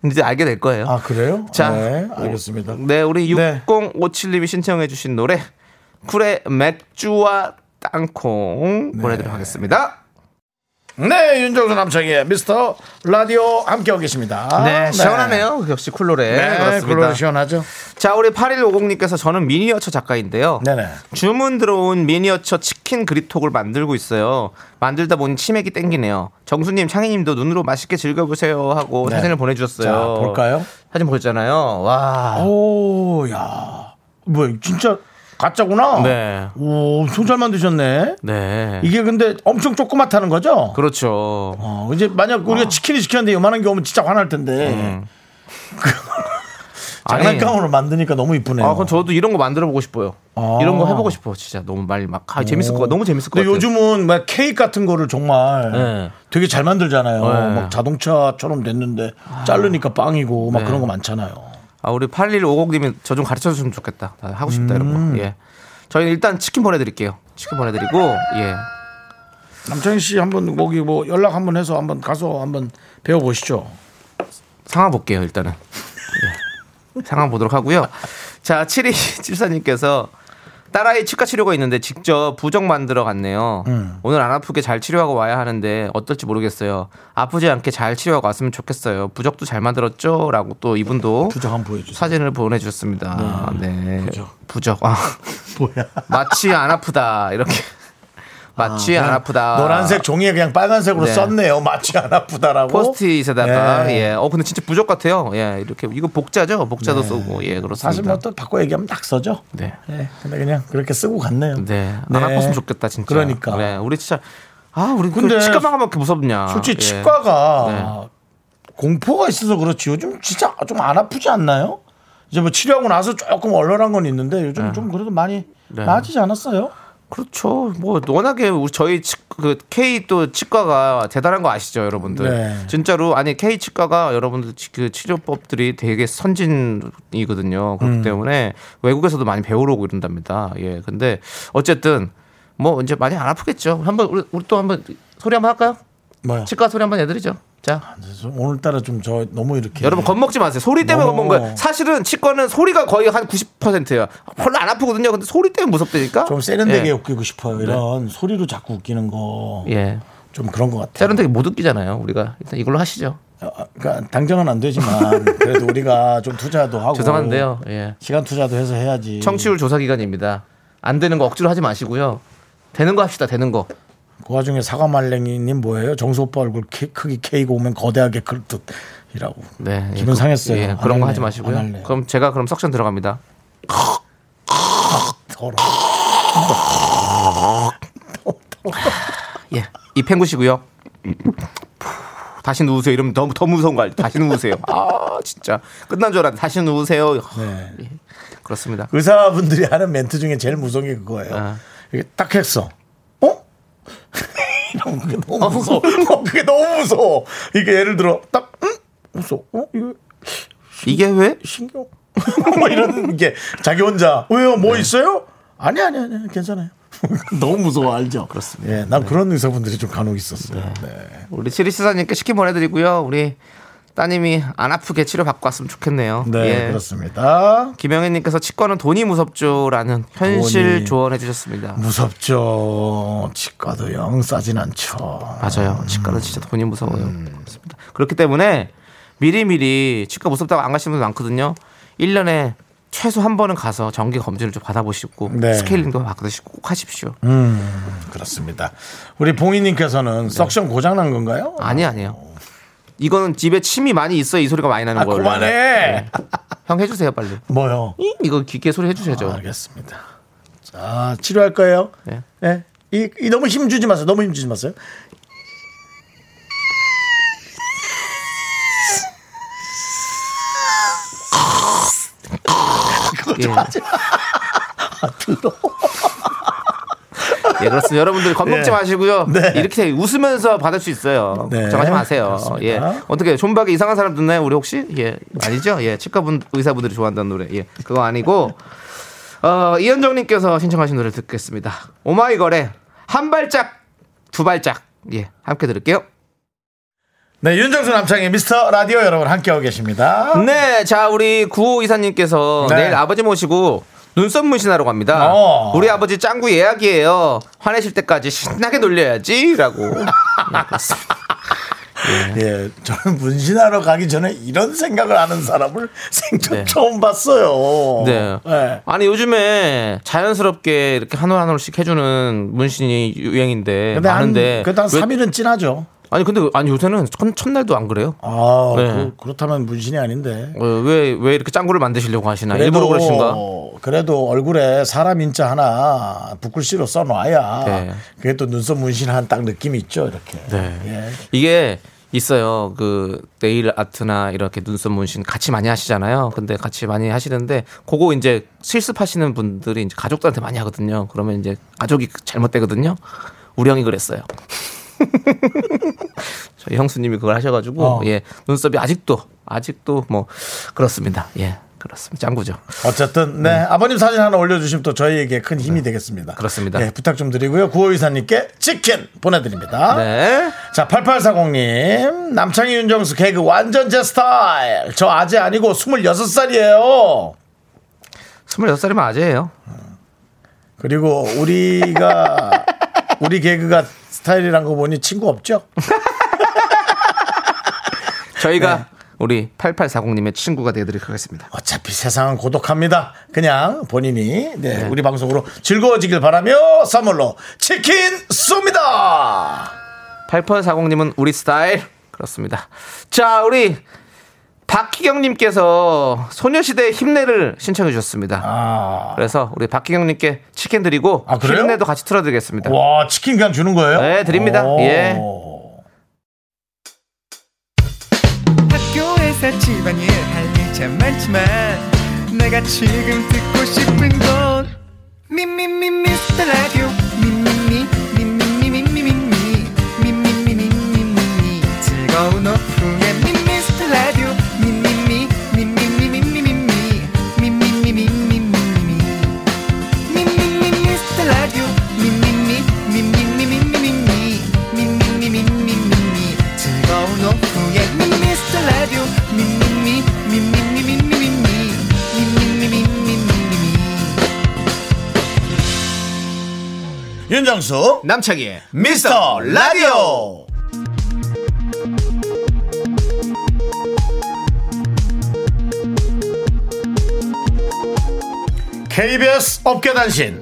이제 알게 될 거예요. 아, 그래요? 자. 네, 알겠습니다. 네, 우리 네. 6057님이 신청해 주신 노래 쿨의 맥주와 땅콩 보내드리도록 하겠습니다. 네, 윤정수 남창의 미스터 라디오 함께하고 계십니다. 네, 시원하네요. 역시 쿨 노래. 네, 그렇습니다. 그렇습니다. 시원하죠. 자, 우리 8150님께서 저는 미니어처 작가인데요. 네네. 주문 들어온 미니어처 치킨 그립톡을 만들고 있어요. 만들다 보니 치맥이 땡기네요. 정수님, 창희님도 눈으로 맛있게 즐겨보세요 하고 네. 사진을 보내주셨어요. 자, 볼까요? 사진 보셨잖아요. 와. 오, 야. 뭐야, 진짜 가짜구나. 네. 오, 손잘 만드셨네. 네. 이게 근데 엄청 조그맣다는 거죠? 그렇죠. 아. 어, 이제 만약 우리가 치킨이 시켰는데 요만한 게 오면 진짜 화날 텐데. 음. <laughs> 장난감으로 만드니까 너무 이쁘네요. 아, 그럼 저도 이런 거 만들어 보고 싶어요. 아. 이런 거 해보고 싶어. 진짜 너무 빨리 막 아, 재밌을 거 너무 재밌을 것 근데 같아요. 요즘은 막 케이크 같은 거를 정말 네. 되게 잘 만들잖아요. 네. 막 자동차처럼 됐는데 자르니까 빵이고 막 네. 그런 거 많잖아요. 아, 우리 8150님이 저 좀 가르쳐 줬으면 좋겠다. 나 하고 싶다 이런 음. 거. 예. 저희는 일단 치킨 보내드릴게요. 치킨 보내드리고 예. 남창희 씨 한번 거기 뭐 연락 한번 해서 한번 가서 한번 배워보시죠. 상황 볼게요 일단은. 예. 상황 보도록 하고요. 자 7274님께서 딸아이 치과 치료가 있는데 직접 부적 만들어 갔네요. 음. 오늘 안 아프게 잘 치료하고 와야 하는데 어떨지 모르겠어요. 아프지 않게 잘 치료하고 왔으면 좋겠어요. 부적도 잘 만들었죠? 라고 또 이분도 부적 한번 보여주세요. 사진을 보내주셨습니다. 네. 부적. 아, <laughs> 뭐야? 아, 마치 안 아프다. 이렇게. 마치 안 아프다. 노란색 종이에 그냥 빨간색으로 네. 썼네요. 마치 안 아프다라고. 포스트잇에다가 네. 예. 어 근데 진짜 부적 같아요. 예. 이렇게 이거 복자죠. 복자도 쓰고 예 그렇습니다. 네. 사실 뭐 또 바꿔 얘기하면 낙서죠. 네. 네. 근데 그냥 그렇게 쓰고 갔네요. 네. 안 네. 아팠으면 좋겠다 진짜. 그러니까. 네. 우리 진짜 아 우리 근데 그 치과만 가면 그렇게 무섭냐. 솔직히 예. 네. 치과가 공포가 있어서 그렇지 요즘 진짜 좀 안 아프지 않나요? 이제 뭐 치료하고 나서 조금 얼얼한 건 있는데 요즘 좀 그래도 많이 네. 나아지지 않았어요? 그렇죠. 뭐 워낙에 우리 저희 치, 그 K 또 치과가 대단한 거 아시죠, 여러분들. 네. 진짜로 아니 K 치과가 여러분들 치- 그 치료법들이 되게 선진이거든요. 음. 그렇기 때문에 외국에서도 많이 배우러 오고 이런답니다. 예. 근데 어쨌든 뭐 이제 많이 안 아프겠죠. 한번 우리, 우리 또 한번 소리 한번 할까요? 뭐요? 치과 소리 한번 해드리죠. 자, 오늘따라 좀 저 너무 이렇게 여러분 겁먹지 마세요. 소리 때문에 너무- 겁먹는 거예요. 사실은 치과는 소리가 거의 한 90%예요. 별로 안 아프거든요. 근데 소리 때문에 무섭다니까. 좀 세련되게 예. 웃기고 싶어요. 이런 소리로 자꾸 웃기는 거 좀 예. 그런 것 같아요. 세련되게 못 웃기잖아요. 우리가 일단 이걸로 하시죠. 어, 그러니까 당장은 안 되지만 그래도 우리가 좀 투자도 하고 <laughs> 죄송한데요. 예. 시간 투자도 해서 해야지. 청취율 조사 기간입니다. 안 되는 거 억지로 하지 마시고요. 되는 거 합시다. 되는 거. 그 와중에 사과 말랭이님 뭐예요? 정수 오빠 얼굴 키, 크기 K가 오면 거대하게 클 듯이라고. 네. 예, 기분 그- 상했어요. 예, 안 그런 할래요. 거 하지 안 마시고요. 할래요. 그럼 제가 그럼 석션 들어갑니다. 더러. 예. 이 팽구시고요. 다시 누우세요. 이러면 너무 더 무서운 거 알죠? 다시 누우세요. 아, 진짜. 끝난 줄 알았는데 다시 누우세요. 네. 예, 그렇습니다. 의사분들이 하는 멘트 중에 제일 무서운 게 그거예요. 아. 이게 딱 했어. 어? <laughs> 이런 게 아, 너무 무서워. <laughs> 어, 그게 너무 무서워. 이게 예를 들어 딱 응? 무서워. 어? 이거 이게 왜? 신경. <laughs> 뭐 이런 게 자기 혼자 왜요? 네. 뭐 있어요? 아니 아니 아니 괜찮아요. <laughs> 너무 무서워 알죠? 그렇습니다. 네. 예, 난 그런 의사분들이 좀 간혹 있었어요. 네. 우리 치리 시사님께 치킨 보내드리고요. 우리 따님이 안 아프게 치료 받고 왔으면 좋겠네요. 네, 예. 그렇습니다. 김영애님께서 치과는 돈이 무섭죠라는 현실 돈이. 음. 조언해주셨습니다. 무섭죠. 치과도 영 싸진 않죠. 맞아요. 치과는 진짜 돈이 무서워요. 음. 그렇습니다. 그렇기 때문에 미리미리 치과 무섭다고 안 가시는 분 많거든요. 1년에 최소 한 번은 가서 정기 검진을 좀 받아보시고 네. 음. 스케일링도 받으시고 꼭 하십시오. 그렇습니다. 우리 봉희님께서는 석션 고장난 건가요? 네. 아니 아니에요. 이거는 집에 침이 많이 있어 이 소리가 많이 나는 아, 거예요. 그만해. 형 해주세요 빨리. <laughs> 뭐요? 잉! 이거 기계 소리 해주셔야죠. 아, 알겠습니다. 자, 치료할 거예요. 예. 네. 이, 이 너무 힘 주지 마세요. 너무 힘 주지 마세요. 예. <laughs> 아, 예, 그렇습니다. 여러분들 겁먹지 예. 마시고요. 네. 이렇게 웃으면서 받을 수 있어요. 네, 걱정하지 마세요. 그렇습니다. 예. 어떻게 존박에 이상한 사람 듣나요? 우리 혹시? 예. 아니죠? 예. 치과분 의사분들이 좋아한다는 노래. 예. 그거 아니고 어, 이현정 님께서 신청하신 노래 듣겠습니다. 오마이걸의 한 발짝 두 발짝. 예. 함께 들을게요. 네, 윤정수 남창의 미스터 라디오 여러분 함께하고 계십니다. 네, 자 우리 구호 이사님께서 네. 내일 아버지 모시고 눈썹 문신하러 갑니다. 어. 우리 아버지 짱구 예약이에요. 화내실 때까지 <laughs> 신나게 놀려야지라고. 네, 그렇습니다. 예, 저는 문신하러 가기 전에 이런 생각을 하는 사람을 생전 네. 처음 봤어요. 네. 예. 아니 요즘에 자연스럽게 이렇게 한 올 한 올씩 해주는 문신이 유행인데 근데 한, 많은데 그래도 한 왜- 3일은 진하죠. 아니 근데 아니 요새는 첫, 첫날도 안 그래요. 아, 네. 그, 렇다면 문신이 아닌데. 왜 왜 이렇게 짱구를 만드시려고 하시나 아, 일부러 그러신가? 그래도 얼굴에 사람 인자 하나 붓글씨로 써놔야 네. 그게 또 눈썹 문신한 딱 느낌이 있죠, 이렇게. 네. 예. 이게 있어요. 그 네일 아트나 이렇게 눈썹 문신 같이 많이 하시잖아요. 근데 같이 많이 하시는데 그거 이제 실습하시는 분들이 이제 가족들한테 많이 하거든요. 그러면 이제 가족이 잘못되거든요. 우리 형이 그랬어요. <laughs> 저희 형수님이 그걸 하셔가지고 어. 예 눈썹이 아직도 아직도 뭐 그렇습니다. 예 그렇습니다. 짱구죠. 어쨌든 네, 아버님 사진 하나 올려주시면 또 저희에게 큰 힘이 되겠습니다. 네. 그렇습니다. 예, 부탁 좀 드리고요. 구호의사님께 치킨 보내드립니다. 네. 자, 8840님. 남창희 윤정수 개그 완전 제 스타일. 저 아재 아니고 26살이에요. 26살이면 아재예요. 그리고 우리가, <laughs> 우리 개그가 스타일이란 거 보니 친구 없죠? 저희가 우리 8840님의 친구가 되어드리도록 하겠습니다. 어차피 세상은 고독합니다. 그냥 본인이 네, 우리 방송으로 즐거워지길 바라며 선물로 치킨 쏩니다. 8840님은 우리 스타일. 그렇습니다. 자, 우리 박희경님께서 소녀시대 힘내를 신청해 주셨습니다. 아, 그래서 우리 박희경님께 치킨 드리고 아, 그래요? 힘내도 같이 틀어드리겠습니다. 와 치킨 그냥 주는 거예요? 네, 드립니다. 오. 예. 학교에서 집안일 할 일 참 많지만 내가 지금 듣고 싶은 건 미미미 미스터 라디오 미미미 미미미 미미미 미미미 미미미 즐거운 오후에 미스터 라디오 미미미 미미미 미미미 미미미 미미미 미미미 윤정수 남창희의 미스터 라디오. KBS 업계단신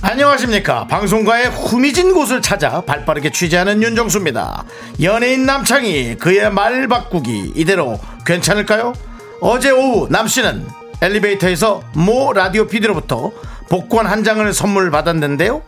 안녕하십니까. 방송가의 후미진 곳을 찾아 발빠르게 취재하는 윤정수입니다. 연예인 남창희 그의 말 바꾸기 이대로 괜찮을까요? 어제 오후 남씨는 엘리베이터에서 모 라디오 PD로부터 복권 한 장을 선물 받았는데요.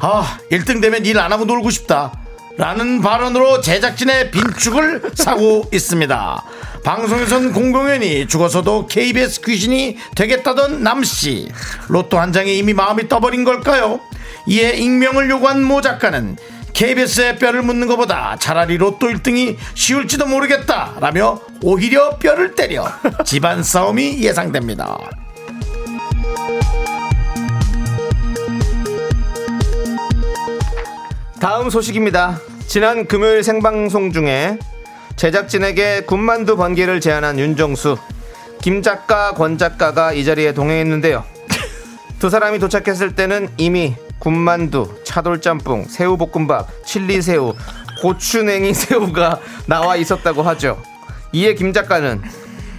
아, 1등 되면 일 안 하고 놀고 싶다. 라는 발언으로 제작진의 빈축을 사고 <laughs> 있습니다. 방송에선 공공연히 죽어서도 KBS 귀신이 되겠다던 남씨. 로또 한 장에 이미 마음이 떠버린 걸까요? 이에 익명을 요구한 모 작가는 KBS에 뼈를 묻는 것보다 차라리 로또 1등이 쉬울지도 모르겠다. 라며 오히려 뼈를 때려 집안 싸움이 예상됩니다. 다음 소식입니다. 지난 금요일 생방송 중에 제작진에게 군만두 번개를 제안한 윤정수, 김 작가, 권 작가가 이 자리에 동행했는데요. <laughs> 두 사람이 도착했을 때는 이미 군만두, 차돌짬뽕, 새우볶음밥, 칠리새우, 고추냉이 <laughs> 새우가 나와 있었다고 하죠. 이에 김 작가는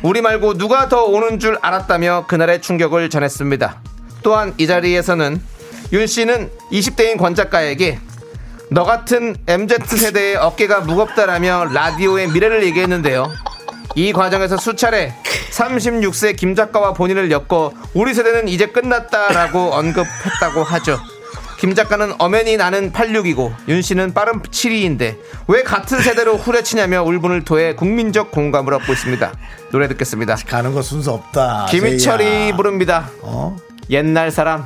우리 말고 누가 더 오는 줄 알았다며 그날의 충격을 전했습니다. 또한 이 자리에서는 윤 씨는 20대인 권 작가에게 너 같은 MZ세대의 어깨가 무겁다라며 라디오의 미래를 얘기했는데요. 이 과정에서 수차례 36세 김 작가와 본인을 엮어 우리 세대는 이제 끝났다라고 언급했다고 하죠. 김 작가는 엄연히 나는 86이고 윤 씨는 빠른 72인데 왜 같은 세대로 후려치냐며 울분을 토해 국민적 공감을 얻고 있습니다. 노래 듣겠습니다. 가는 거 순서 없다. 김희철이 제이야. 부릅니다. 아, 어? 옛날 사람.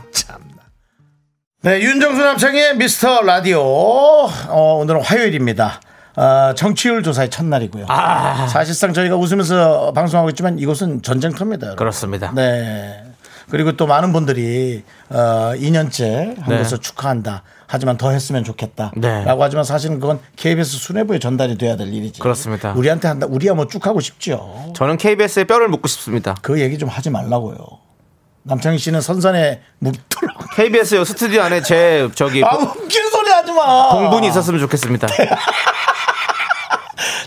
네, 윤정수 남창의 미스터 라디오. 어, 오늘은 화요일입니다. 어, 정치율 조사의 첫날이고요. 아. 사실상 저희가 웃으면서 방송하고 있지만 이곳은 전쟁터입니다. 여러분. 그렇습니다. 네. 그리고 또 많은 분들이 어, 2년째 한국에서 축하한다. 하지만 더 했으면 좋겠다. 네. 라고 하지만 사실은 그건 KBS 수뇌부에 전달이 돼야 될 일이지. 그렇습니다. 우리한테 한다. 우리야 뭐 쭉 하고 싶지요. 저는 KBS에 뼈를 묻고 싶습니다. 그 얘기 좀 하지 말라고요. 남창희 씨는 선산에 <laughs> 묵도록. KBS 요 스튜디오 안에 제 저기 아, 웃기는 소리 하지 마. 공분이 있었으면 좋겠습니다.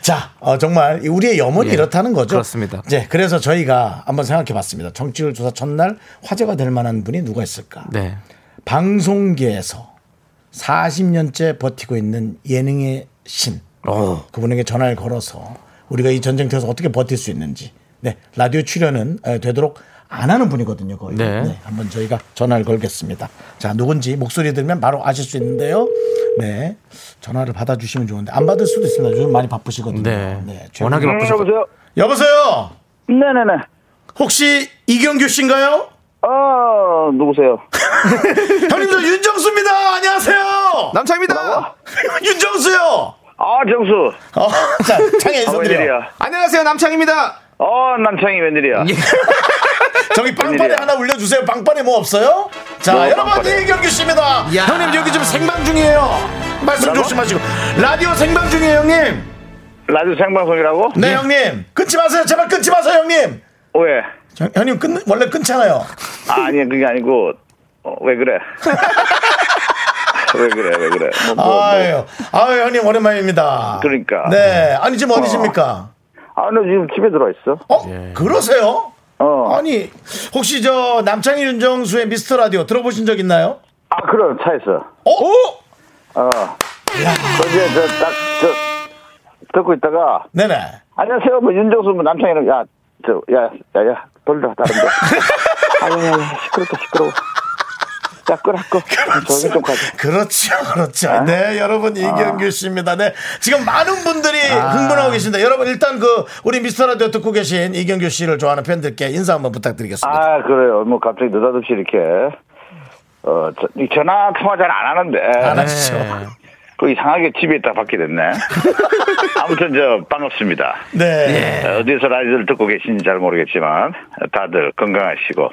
자, 어, 정말 이 우리의 염원이 예, 이렇다는 거죠. 그렇습니다. 이제 그래서 저희가 한번 생각해 봤습니다. 정치율 조사 첫날 화제가 될 만한 분이 누가 있을까? 네. 방송계에서 40년째 버티고 있는 예능의 신. 어. 그분에게 전화를 걸어서 우리가 이 전쟁터에서 어떻게 버틸 수 있는지. 네. 라디오 출연은 에, 되도록 안 하는 분이거든요, 거의. 네. 한번 저희가 전화를 걸겠습니다. 자, 누군지 목소리 들으면 바로 아실 수 있는데요. 네. 전화를 받아 주시면 좋은데 안 받을 수도 있습니다. 요즘 많이 바쁘시거든요. 네. 최근에. 워낙에 바쁘셔서 여보세요? 여보세요. 네네네. 혹시 이경규 씨인가요? 아, 누구세요? 형님 저 윤정수입니다. 안녕하세요. 남창입니다. <laughs> 윤정수요. 아, 정수. 어, 자, 창에 아, 인사드려요. 웬일이야. 안녕하세요. 남창입니다. 어, 남창이 웬일이야. 저기 빵판에 웬일이야. 하나 올려주세요. 빵판에 뭐 없어요? 자, 뭐 여러분, 빵판에. 이경규 씨입니다. 야. 형님, 여기 지금 생방 중이에요. 말씀 뭐라고? 조심하시고. 라디오 생방 중이에요, 형님. 라디오 생방송이라고? 네, 형님. 끊지 마세요. 제발 끊지 마세요, 형님. 왜? 저, 형님, 끊, 원래 끊잖아요. <laughs> 아, 아니, 그게 아니고, 어, 왜 그래? 왜 그래, 왜 그래? 뭐, 뭐, 뭐. 아유, 아유, 형님, 오랜만입니다. 그러니까. 네. 아니, 지금 어디십니까? 아, 나 지금 집에 들어와 있어. 어? 그러세요? 예. 어. 아니, 혹시 저 남창희 윤정수의 미스터 라디오 들어보신 적 있나요? 아, 그럼 차에서. 어? 어. 저 이제 저 딱, 저, 듣고 있다가, 네네. 안녕하세요. 뭐 윤정수 뭐 남창이랑 야, 저, 야, 야, 야, <laughs> 돌려 다른데. 아유, 야, 야, 시끄럽다 시끄러워. 야, 끄라 끄. 저기 좀 가자. 그렇죠, <laughs> 그렇죠. 네, 여러분 이경규 씨입니다. 네, 지금 많은 분들이 흥분하고 계신데 여러분 일단 그 우리 미스터 라디오 듣고 계신 이경규 씨를 좋아하는 팬들께 인사 한번 부탁드리겠습니다. 아, 그래요. 뭐 갑자기 느닷없이 이렇게 어, 저, 이 전화 통화 잘 안 안 하는데 하시죠? 그 이상하게 집에 있다 받게 됐네. 아무튼 저 반갑습니다. 네. 어, 어디서 라디오를 듣고 계신지 잘 모르겠지만 다들 건강하시고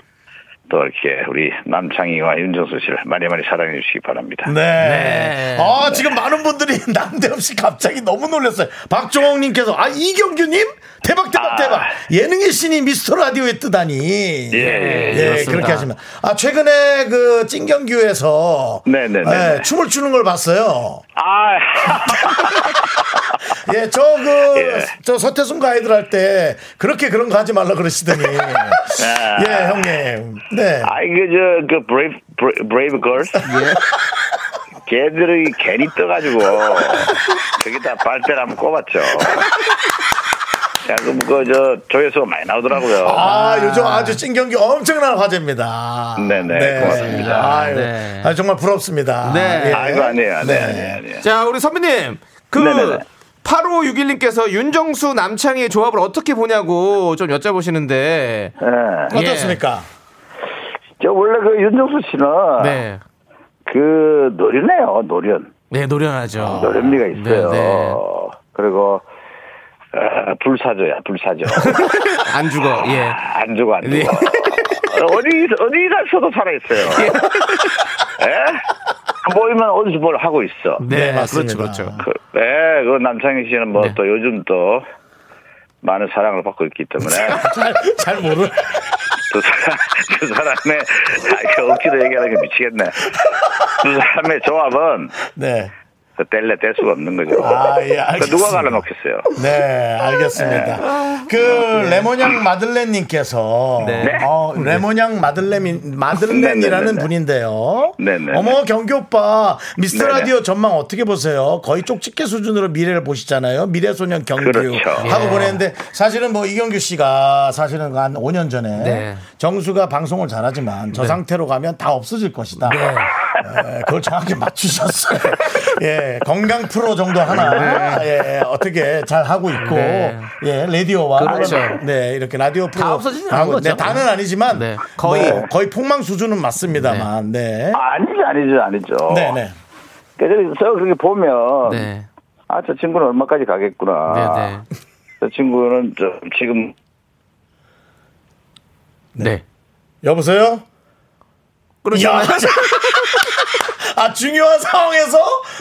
또 이렇게 우리 남창희와 윤정수 씨를 많이 많이 사랑해 주시기 바랍니다. 네. 아, 지금 많은 분들이 <laughs> 남대없이 갑자기 너무 놀랐어요. 박종옥 님께서 아, 이경규 님? 대박 대박 아. 대박. 예능의 신이 미스터 라디오에 뜨다니. 예, 예, 예, 그렇습니다. 그렇게 하시면. 아, 최근에 그 찐경규에서 네, 네, 네, 네. 춤을 추는 걸 봤어요. 아, <laughs> 예, 저 그 저 예. 서태순 가이드 할 때 그렇게 그런 거 하지 말라 그러시더니. 예, 형님. 네. 아 이게 저그 브레이브 브레- 브레이브 <laughs> 걸스 예. 걔들이 괜히 떠가지고 거기다 빨대를 한번 꼽았죠. 야그저저 조회수가 많이 나오더라고요. 아, 예. 요즘 아주 찐경기 엄청난 화제입니다. 네네, 고맙습니다. 아유, 네. 아유, 정말 부럽습니다. 예. 네. 아이고 아니에요 아니에요 아니에요. <laughs> 아니에요. 자, 우리 선배님. 그 네네네. 8561님께서 윤정수 남창희의 조합을 어떻게 보냐고 좀 여쭤보시는데. 네. 예. 어떻습니까? 저 원래 그 윤정수 씨는 네. 그 노련해요 노련 네, 노련하죠. 아, 노련미가 있어요. 네, 네. 그리고 아, 불사조야 <laughs> 불사조. 안 죽어. 예. 아, 안 죽어 안 예. 네. 죽어. 어, 어디 어디 가서도 살아 있어요. 예? 보이면 어디서 뭘 하고 있어. 음. 네, 맞습니다. 아. 그렇죠. 그렇죠. 그, 예, 그 남창희 씨는 네. 뭐 또 요즘 또 많은 사랑을 받고 있기 때문에 잘, 잘 모르. 두 사람 <laughs> 두 사람의 아, 이거 억지로 얘기하는 게 미치겠네. 두 사람의 조합은 네. 뗄래 뗄 수가 없는 거죠. 아, 예, 그러니까 알겠습니다. 누가 갈라놓겠어요? 네, 네. 알겠습니다. 그 레몬향 마들렌님께서 네. 어, 레몬향 마들렌 마들렌이라는 네, 네, 네. 분인데요. 네, 네, 어머 경기 오빠 미스터 네, 네. 라디오 전망 어떻게 보세요? 거의 쪽집게 수준으로 미래를 보시잖아요. 미래 소년 경규 그렇죠. 아. 하고 어, 보냈는데 사실은 뭐 이경규 씨가 사실은 한 5년 전에 네. 정수가 방송을 잘하지만 저 상태로 가면 다 없어질 것이다. 네. 예, 그걸 정확히 <laughs> 맞추셨어요. 예, 건강 프로 정도 하나 예, 어떻게 잘 하고 있고 네. 예, 라디오와 그렇죠. 네 이렇게 라디오 프로 없어지진 하고, 않은 거죠. 네, 다는 아니지만 네. 거의 거의. 거의 폭망 수준은 맞습니다만 네, 아니죠, 아니죠, 아니죠. 네, 네. 그래서 그렇게 보면 네. 아 저 친구는 얼마까지 가겠구나. 아. 네. 저 친구는 좀 지금 네. 네. 여보세요. 야. <laughs> 아 중요한 상황에서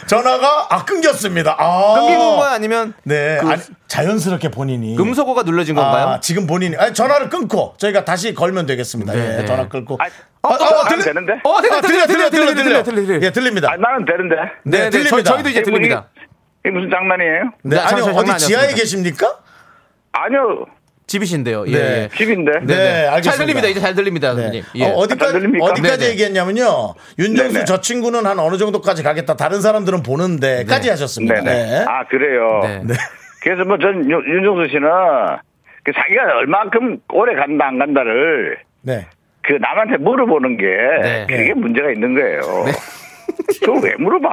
전화가 아 끊겼습니다. 아. 끊긴 건가요? 아니면 네, 그 아니, 자연스럽게 본인이 금속어가 눌러진 건가요? 아, 지금 본인이 아니, 전화를 끊고 저희가 다시 걸면 되겠습니다. 네, 예, 네. 전화 끊고. 어, 어, 들리- 되는데? 어, 아, 들려, 들려, 들려, 들려, 들려, 들려. 예, 들립니다. 아, 나는 되는데. 네, 네, 네, 들립니다. 저희, 저희도 이제 들립니다. 이게 무슨 장난이에요? 네, 네, 아니요, 잠시만요, 어디 장난 지하에 아니었습니다. 계십니까? 아니요, 집이신데요. 예. 네. 예. 집인데. 네, 알겠습니다. 잘 들립니다. 이제 잘 들립니다, 선생님. 예. 어, 아, 어디까지, 들립니까? 어디까지 네, 네. 얘기했냐면요. 윤정수 네, 네. 저 친구는 한 어느 정도까지 가겠다. 다른 사람들은 보는데까지 하셨습니다. 네네. 네. 아, 그래요. 네. 그래서 뭐 전 윤정수 씨는 그 자기가 얼만큼 오래 간다 안 간다를 네. 그 남한테 물어보는 게 네. 그게 문제가 있는 거예요. <laughs> 그걸 왜 물어봐?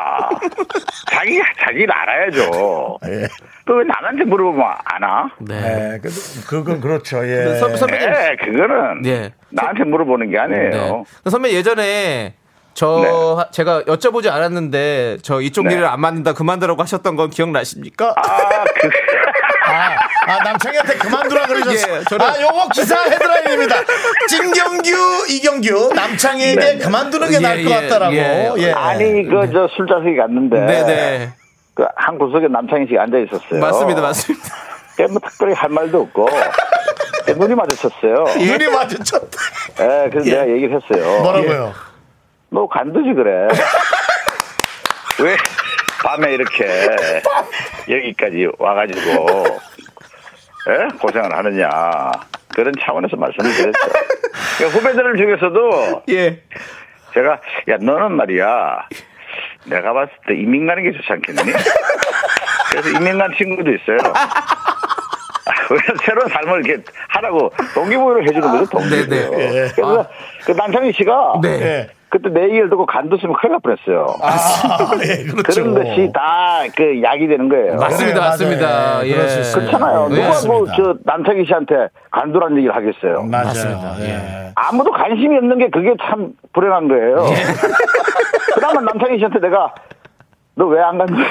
자기 자기를 알아야죠. 예. 그왜 남한테 물어보면 안 와? 네. 네, 그, 그건 그렇죠. 예. 선- 선배- 선배님. 네, 그거는 네. 나한테 물어보는 게 아니에요. 네. 선배 예전에 저 네. 하- 제가 여쭤보지 않았는데 저 이쪽 네. 일을 안 맞는다 그만두라고 하셨던 건 기억나십니까? 아, 그 아, 아, 남창희한테 그만두라 그러셨어요. 예, 저는- 아, 요거 기사 헤드라인입니다. 찐경규, 이경규, 남창희에게 그만두는 게 예, 나을 것 예, 같다라고. 예. 예. 아니 그 저 술자석에 갔는데 네, 네. 그 한 구석에 남창희 씨가 앉아 네. 있었어요. 맞습니다. 맞습니다. 그뭐 특별히 할 말도 <laughs> 없고 그 눈이 마주쳤어요. 예, 눈이 마주쳤다. 예. 그래서 내가 얘기를 했어요. 뭐라고요? 너 간두지 <laughs> 그래. 왜 밤에 이렇게 여기까지 와가지고 예? 고생을 하느냐 그런 차원에서 말씀을 드렸죠. 그러니까 후배들 중에서도 예. 제가 야 너는 말이야 내가 봤을 때 이민 가는 게 좋지 않겠니? 그래서 이민 간 친구도 있어요. 왜 새로운 삶을 이렇게 하라고 동기부여를 해주는 거죠 동기부여. 네, 네. 예. 그래서 아. 그 남창희 씨가 네. 예. 그때 내 얘기를 듣고 간뒀으면 큰일 날 뻔했어요. 아, 예, 그렇죠. 그런 것이 다 그 약이 되는 거예요. 맞습니다. 맞아요. 맞습니다. 예, 예. 그럴 수 있어요. 그렇잖아요. 네, 누가 뭐 맞습니다. 저 남창희 씨한테 간두란 얘기를 하겠어요. 맞아요. 맞습니다. 예. 아무도 관심이 없는 게 그게 참 불행한 거예요. <laughs> 그나마 남창희 씨한테 내가 너 왜 안 간다? <laughs>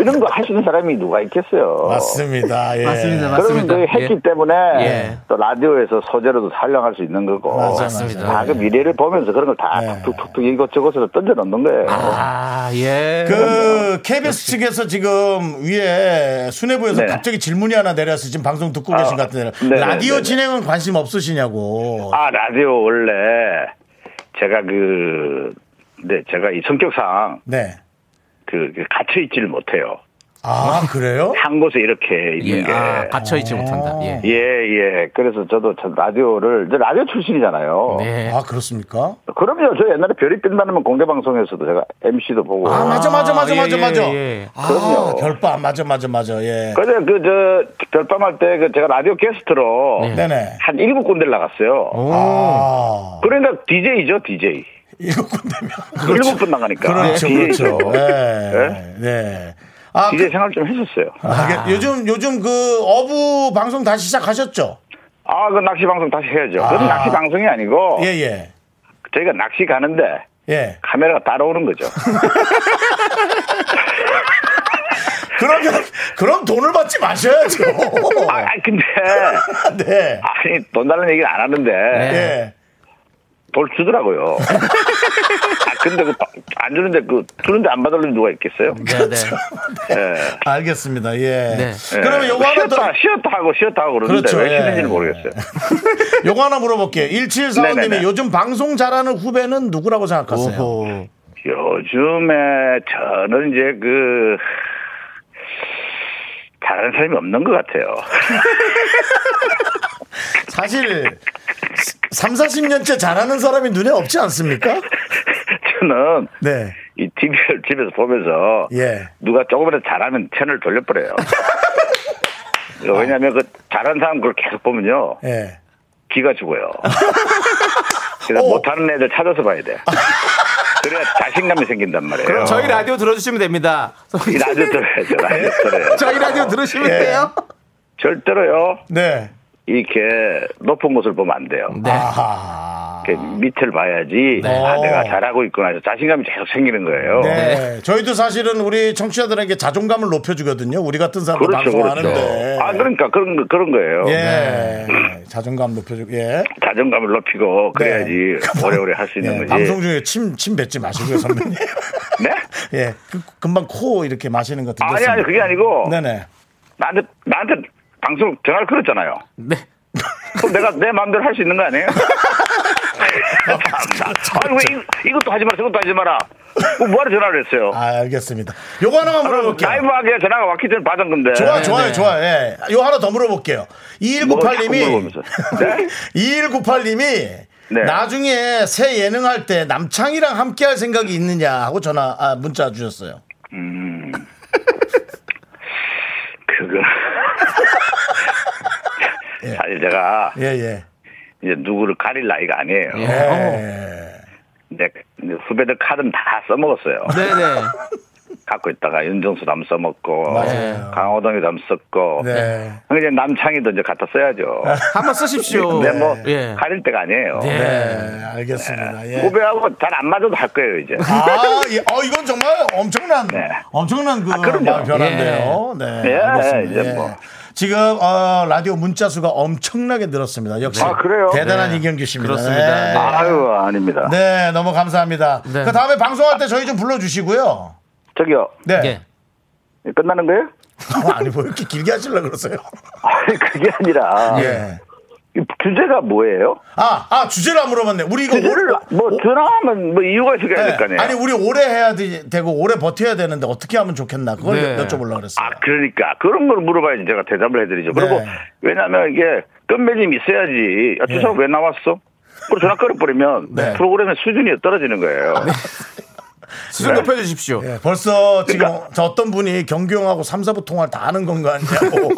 이런 거 할 수 있는 사람이 누가 있겠어요. 맞습니다. 예. 맞습니다. 그러면 맞습니다. 저희 했기 예. 때문에 예. 또 라디오에서 소재로도 활용할 수 있는 거고 맞습니다. 다 그 미래를 보면서 그런 걸 다 예. 툭툭툭 이것저것으로 던져놓는 거예요. 아, 예. 그 KBS 측에서 지금 위에 수뇌부에서 네. 갑자기 질문이 하나 내려서 지금 방송 듣고 아, 계신 것 같은데 네, 라디오 네, 네, 네. 진행은 관심 없으시냐고. 아 라디오 원래 제가 그 네, 제가 이 성격상 네. 그, 그 갇혀 있지를 못해요. 아 그래요? 어. 한 곳에 이렇게 있는 예. 게. 아, 갇혀 있지 못한다. 예. 예, 예. 그래서 저도 참 라디오를, 저 라디오 출신이잖아요. 네. 아 그렇습니까? 그럼요. 저 옛날에 별이 빛나는 공개방송에서도 제가 MC도 보고. 아 맞아 맞아 맞아 예, 맞아 예, 맞아. 예. 아 그럼요. 결밥 맞아 맞아 맞아 예. 그래서 그, 저, 별밤할 때 그 제가 라디오 게스트로 네네. 한 일곱 군데를 나갔어요. 아 그러니까 DJ죠, DJ. 일곱 군데면. 일곱 분 나가니까. 그렇죠 DJ죠. 그렇죠. 네. 네. 아 DJ 생활 좀 했었어요. 아, 요즘 요즘 그 어부 방송 다시 시작하셨죠? 아, 그 낚시 방송 다시 해야죠. 아. 그건 낚시 방송이 아니고 예 예. 저희가 낚시 가는데 예. 카메라가 따라오는 <laughs> 거죠. 그러면 그럼 돈을 받지 마셔야죠. <laughs> 아, 아니, 근데 네. 아니 돈 달라는 얘기는 안 하는데 예. 돌 <laughs> 주더라고요. 아, 근데 그 안 주는데 그 주는데 안 받으려면 누가 있겠어요? 네, 네. 예. 알겠습니다. 예. 네. 그러면 예. 요거 하나 <laughs> 쉬었다, 더 쉬었다 하고 쉬었다 하고 그러는데 그렇죠, 왜 예. 쉬는지는 모르겠어요. 요거 하나 물어볼게요. 1745님이 네네네. 요즘 방송 잘하는 후배는 누구라고 생각하세요? 오호. 요즘에 저는 이제 그 다른 사람이 없는 것 같아요. <laughs> 사실 3, 40년째 잘하는 사람이 눈에 없지 않습니까? 저는 네. 이 TV를 <laughs> 집에서 보면서 예. 누가 조금이라도 잘하면 채널 <laughs> 돌려버려요. 왜냐하면 그 잘하는 사람 그걸 계속 보면요 예. 기가 <laughs> 죽어요. 그래서 오. 못하는 애들 찾아서 봐야 <laughs> 돼. 그래야 자신감이 생긴단 말이에요. 그럼 저희 라디오 들어주시면 됩니다. 이 라디오 <laughs> 들어야죠. 라디오 들어요. 저희 라디오 들으시면 예. 돼요. 절대로요. 네. 이렇게 높은 곳을 보면 안 돼요. 네. 아, 아하. 이렇게 밑을 봐야지 아, 오. 내가 잘하고 있구나 해서 자신감이 계속 생기는 거예요. 네. 저희도 사실은 우리 청취자들에게 자존감을 높여주거든요. 우리 같은 사람도 그렇죠, 방송하는데. 그렇죠. 아 그러니까 그런 거- 그런 거예요. 예. 네. 자존감 높여주고, 예. 자존감을 높이고 그래야지 <laughs> 오래오래 할 수 있는 예. 거지. 방송 중에 침, 침 뱉지 <laughs> 마시고요, 선배님. 네? <laughs> 예. 그- 금방 코 이렇게 마시는 거 아니 들렸습니다. 아니 그게 아니고 네네. 나한테 나한테 방송 전화를 걸었잖아요. 네. 그럼 내가 내 마음대로 할 수 있는 거 아니에요? 아니 왜 이, 이것도 하지 마라 저것도 하지 마라. 뭐 뭐하러 전화를 했어요? 아, 알겠습니다. 요거 하나만 물어볼게요. 라이브하게 전화가 왔기 전에 받은 건데. 좋아, 네, 좋아요, 네. 좋아요. 예. 요 하나 더 물어볼게요. 뭐 자꾸 2198님이, 물어보면서. <laughs> 네? 2198님이, 네. 나중에 새 예능 할 때 남창이랑 함께 할 생각이 있느냐 하고 전화, 아, 문자 주셨어요. <laughs> 그거. 사실 제가 예, 예. 이제 누구를 가릴 나이가 아니에요. 네, 예. 예. 내 이제 후배들 카드는 다 써먹었어요. 네네. 갖고 있다가 윤정수 담 써먹고 맞아요. 강호동이 담 썼고 네. 아, 이제 남창희도 이제 갖다 써야죠. 그렇죠. 한번 쓰십시오. 근데 뭐 네. 예. 가릴 때가 아니에요. 네. 예, 알겠습니다. 예. 네. 후배하고 잘 안 맞아도 할 거예요 이제. 아, 예. 어, 이건 정말 엄청난, 네. 엄청난 그 그럼요. 아, 변화인데요. 네. 예, 알겠습니다. 이제 예. 뭐. 지금 어, 라디오 문자 수가 엄청나게 늘었습니다. 역시 아, 그래요? 대단한 네. 이경규 씨입니다. 그렇습니다. 네. 네. 아유 아닙니다. 네, 너무 감사합니다. 네. 그 다음에 방송할 때 저희 좀 불러주시고요. 저기요 네. 예. 끝나는 거예요? 아니, 뭐 이렇게 길게 하시려고 그러세요? 아니 그게 아니라 예. 이 주제가 뭐예요? 아, 아, 주제를 안 물어봤네. 우리 이거. 주제를 올- 뭐 전화하면 뭐 이유가 있어야 될 거 네. 아니에요. 아니, 우리 오래 해야 되, 고 오래 버텨야 되는데 어떻게 하면 좋겠나. 그걸 네. 여- 여쭤보려고 그랬어요. 아, 그러니까. 그런 걸 물어봐야지 제가 대답을 해드리죠. 그리고, 네. 왜냐면 이게 끝맺음이 있어야지. 야, 저 사람 왜 나왔어? 그걸 전화 끊어버리면 네. 프로그램의 수준이 떨어지는 거예요. 네. 수준 높여주십시오. 예, 벌써 지금 그러니까. 저 어떤 분이 경규형하고 삼사부 통화를 다 하는 건가 <laughs> 아니냐고.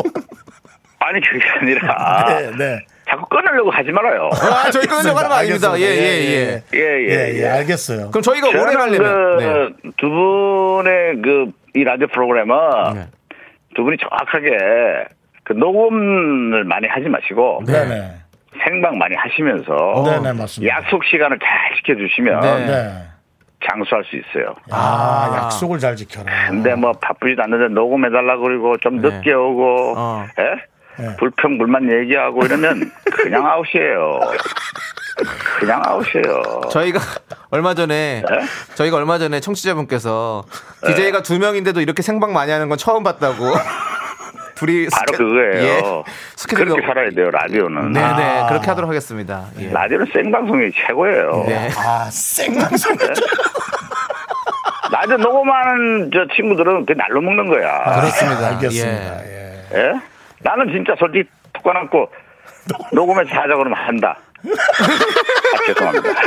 아니, 그게 아니라. <laughs> 네, 네. 자꾸 끊으려고 하지 말아요. 아, 저희 끊으려고 하는 거 아닙니다. 예, 예, 예. 예, 예. 예, 예. 예, 알겠어요. 그럼 저희가 오래 저는 가려면. 네. 그, 두 분의 그, 이 라디오 프로그램은 네. 두 분이 정확하게 그 녹음을 많이 하지 마시고 네, 네. 생방 많이 하시면서 네, 네, 맞습니다. 약속 시간을 잘 지켜주시면 네. 네. 장수할 수 있어요. 아, 약속을 잘 지켜라. 근데 뭐 바쁘지도 않는데 녹음해달라 그러고 좀 네. 늦게 오고 어. 예? 네. 불평불만 얘기하고 이러면 그냥 아웃이에요. 그냥 아웃이에요. 저희가 <laughs> 얼마 전에 네? 저희가 얼마 전에 청취자분께서 DJ가 두 명인데도 이렇게 생방 많이 하는 건 처음 봤다고. <laughs> 둘이 바로 스케- 그거예요. 예. 스케줄 그렇게 살아야 돼요 라디오는. 네, 네. 아. 그렇게 하도록 하겠습니다. 예. 라디오는 생방송이 최고예요. 네. 아, 생방송. 라디오 녹음하는 저 친구들은 그 날로 먹는 거야. 아, 그렇습니다. 알겠습니다. 예. 예? 나는 진짜 솔직히 <laughs> 툭 꺼놓고 녹음해서 하자 그러면 한다. 아, 죄송합니다.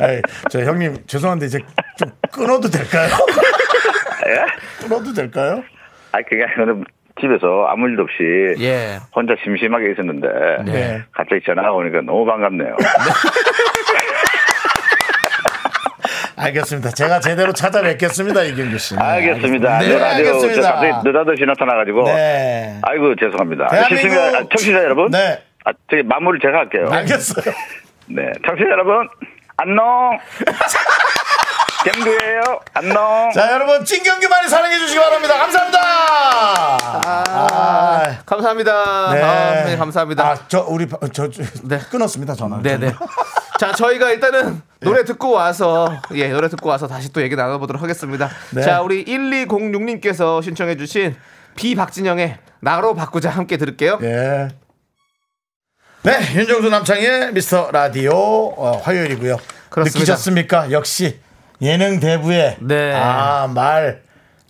아이, 저 형님 죄송한데 이제 좀 끊어도 될까요? <laughs> 예? 끊어도 될까요? 아니 그게 아니라 집에서 아무 일도 없이 예. 혼자 심심하게 있었는데 네. 갑자기 전화가 오니까 너무 반갑네요. 알겠습니다. 제가 제대로 찾아뵙겠습니다, 이경규 씨. 네, 알겠습니다. 네, 저 라디오 저 알겠습니다. 갑자기 느닷없이 나타나가지고 네. 아이고 죄송합니다. 대한민국- 시청자, 아, 청취자 여러분, 네. 아, 저기 마무리 제가 할게요. 알겠어요. 네, 청취자 여러분 <laughs> 안녕. 경주예요. 안녕. 자, 여러분, 찐경규 많이 사랑해 주시기 바랍니다. 감사합니다. 아, 감사합니다. 네. 아, 네, 감사합니다. 아, 저, 우리, 바- 저, 저 네. 끊었습니다, 전화. 네네. 자, 저희가 일단은 노래 듣고 와서, 예, 노래 듣고 와서 다시 또 얘기 나눠보도록 하겠습니다. 네. 자, 우리 1206님께서 신청해주신 비박진영의 나로 바꾸자 함께 들을게요. 예. 네, 윤정수 남창의 미스터 라디오 어, 화요일이고요. 그렇습니다. 느끼셨습니까? 역시 예능 대부의 네. 아 말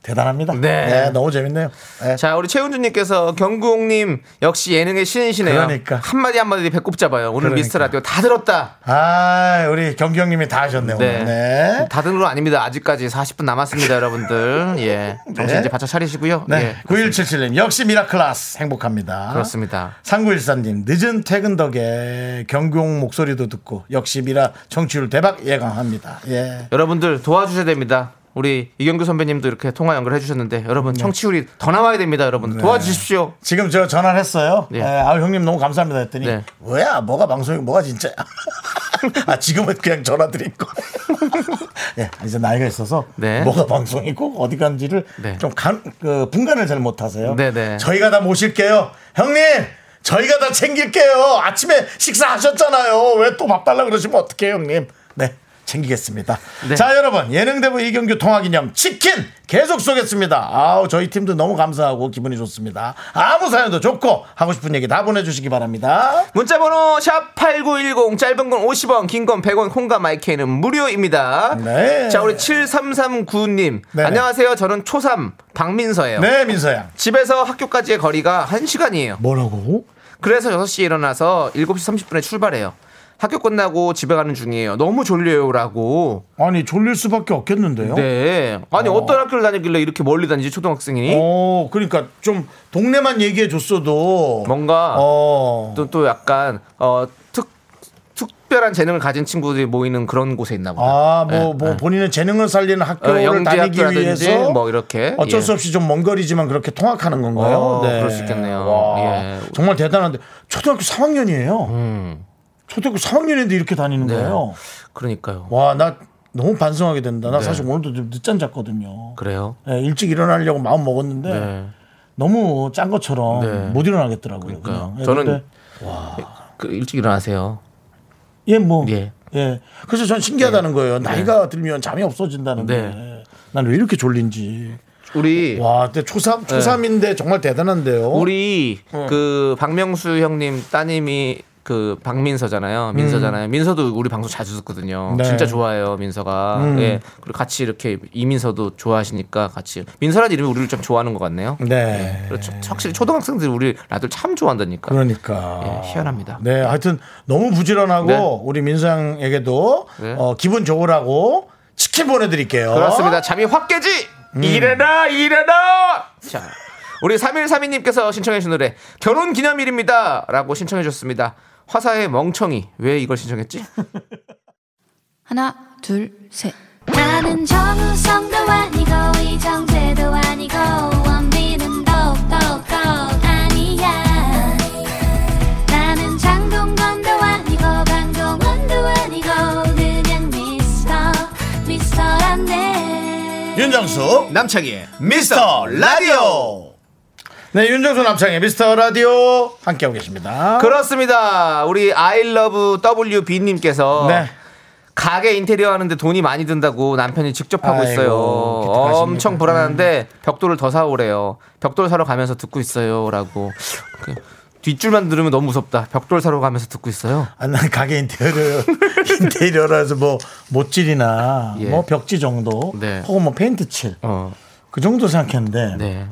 대단합니다. 네. 너무 재밌네요. 네. 자, 우리 최은주님께서 경구홍님 역시 예능의 신이시네요. 그러니까. 한마디 한마디 배꼽 잡아요. 오늘 그러니까. 미스터 라디오 다 들었다. 아 우리 경기 형님이 다 하셨네요. 네. 오늘. 네. 다 들은 건 아닙니다. 아직까지 40분 남았습니다, 여러분들. 예. <laughs> 정신 네. 이제 바짝 차리시고요. 네. 예. 9177님 역시 미라클라스 행복합니다. 그렇습니다. 3914님 늦은 퇴근 덕에 경공 목소리도 듣고 역시 미라 청취율 대박 예감합니다. 예. 여러분들 도와주셔야 됩니다. 우리 이경규 선배님도 이렇게 통화 연결해 주셨는데 네. 여러분 청취율이 더 나와야 됩니다, 여러분. 도와주십시오. 지금 저 전화를 했어요. 예. 예, 아유 형님 너무 감사합니다 했더니 네. 뭐야 뭐가 방송이 뭐가 진짜야. <laughs> 아 지금은 그냥 전화 드린 거. <laughs> 예, 이제 나이가 있어서 네. 뭐가 방송이고 어디 간지를 네. 좀 간, 그 분간을 잘 못하세요. 네, 네. 저희가 다 모실게요, 형님. 저희가 다 챙길게요. 아침에 식사하셨잖아요. 왜 또 밥 달라 그러시면 어떡해요, 형님? 네, 챙기겠습니다. 네. 자, 여러분 예능대부 이경규 통화기념 치킨 계속 쏘겠습니다. 아우 저희 팀도 너무 감사하고 기분이 좋습니다. 아무 사연도 좋고 하고 싶은 얘기 다 보내주시기 바랍니다. 문자 번호 샵8910 짧은 건 50원, 긴 건 100원, 콩과 마이크는 무료입니다. 네. 자, 우리 7339님. 네네. 안녕하세요. 저는 초삼 박민서예요. 네 민서양 집에서 학교까지의 거리가 1시간이에요. 뭐라고? 그래서 6시에 일어나서 7시 30분에 출발해요. 학교 끝나고 집에 가는 중이에요. 너무 졸려요라고. 아니 졸릴 수밖에 없겠는데요. 네. 아니 어. 떤 학교를 다니길래 이렇게 멀리 다니지 초등학생이? 어 그러니까 좀 동네만 얘기해 줬어도 뭔가 어. 또, 또 약간 어, 특 특별한 재능을 가진 친구들이 모이는 그런 곳에 있나 보다. 아, 뭐, 네, 뭐, 네. 본인의 재능을 살리는 어, 학교를 영재 다니기 학교라든지 위해서 뭐 이렇게, 어쩔 예. 수 없이 좀 먼 거리지만 그렇게 통학하는 건가요? 어, 그럴 수 있겠네요. 예. 정말 대단한데 초등학교 3학년이에요. 음. 초등학교 3학년인데 이렇게 다니는 네. 거예요. 그러니까요. 와, 나 너무 반성하게 된다. 나 사실 오늘도 좀 늦잠 잤거든요. 네. 그래요. 예, 일찍 일어나려고 마음 먹었는데 네. 너무 짠 것처럼 네. 못 일어나겠더라고요. 그 그러니까요. 냥 저는 그 일찍 일어나세요. 예, 뭐. 예. 예. 그래서 전 신기하다는 거예요. 나이가 들면 잠이 없어진다는 네. 게. 난 왜 이렇게 졸린지. 우리 예. 와, 근데 초삼 초삼인데 정말 대단한데요. 예. 우리 그 박명수 형님 따님이 그 박민서잖아요. 민서잖아요. 민서도 우리 방송 자주 듣거든요. 음. 네. 음. 진짜 좋아해요, 민서가. 예. 그리고 같이 이렇게 이민서도 좋아하시니까 같이 민서라는 이름이 우리를 좀 좋아하는 것 같네요. 네. 그렇죠. 확실히 초등학생들이 우리 라디오 참 좋아한다니까. 그러니까. 예, 희한합니다. 네, 하여튼 너무 부지런하고 네. 우리 우리 민상에게도 어, 네. 기분 좋으라고 치킨 보내드릴게요. 그렇습니다. 잠이 확 깨지! 음. 일어나, 일어나! 자, 우리 3132님께서 신청해주신 노래, 결혼 기념일입니다. 라고 신청해주셨습니다. 화사의 멍청이. 왜 이걸 신청했지? 하나, 둘, 셋. 나는 정우성도 아니고 이정재도 아니고 원빈은 더욱더 아니야 나는 장동건도 아니고 강동원도 아니고 그냥 미스터 미스터란데 예. 윤정수 남창희의 미스터 라디오. 네, 윤정수 남창의 미스터 라디오 함께하고 계십니다. 그렇습니다. 우리 아이러브 WB님께서 네. 가게 인테리어 하는데 돈이 많이 든다고 남편이 직접 하고 아이고, 있어요. 기특하십니다. 음. 엄청 불안한데 벽돌을 더 사오래요. 벽돌 사러 가면서 듣고 있어요라고. 그 뒷줄만 들으면 너무 무섭다. 벽돌 사러 가면서 듣고 있어요. 아, 난 가게 인테리어, <laughs> 인테리어라서 뭐, 못질이나, 예. 뭐, 벽지 정도, 네. 혹은 뭐, 페인트 칠, 어, 그 정도 생각했는데, 네.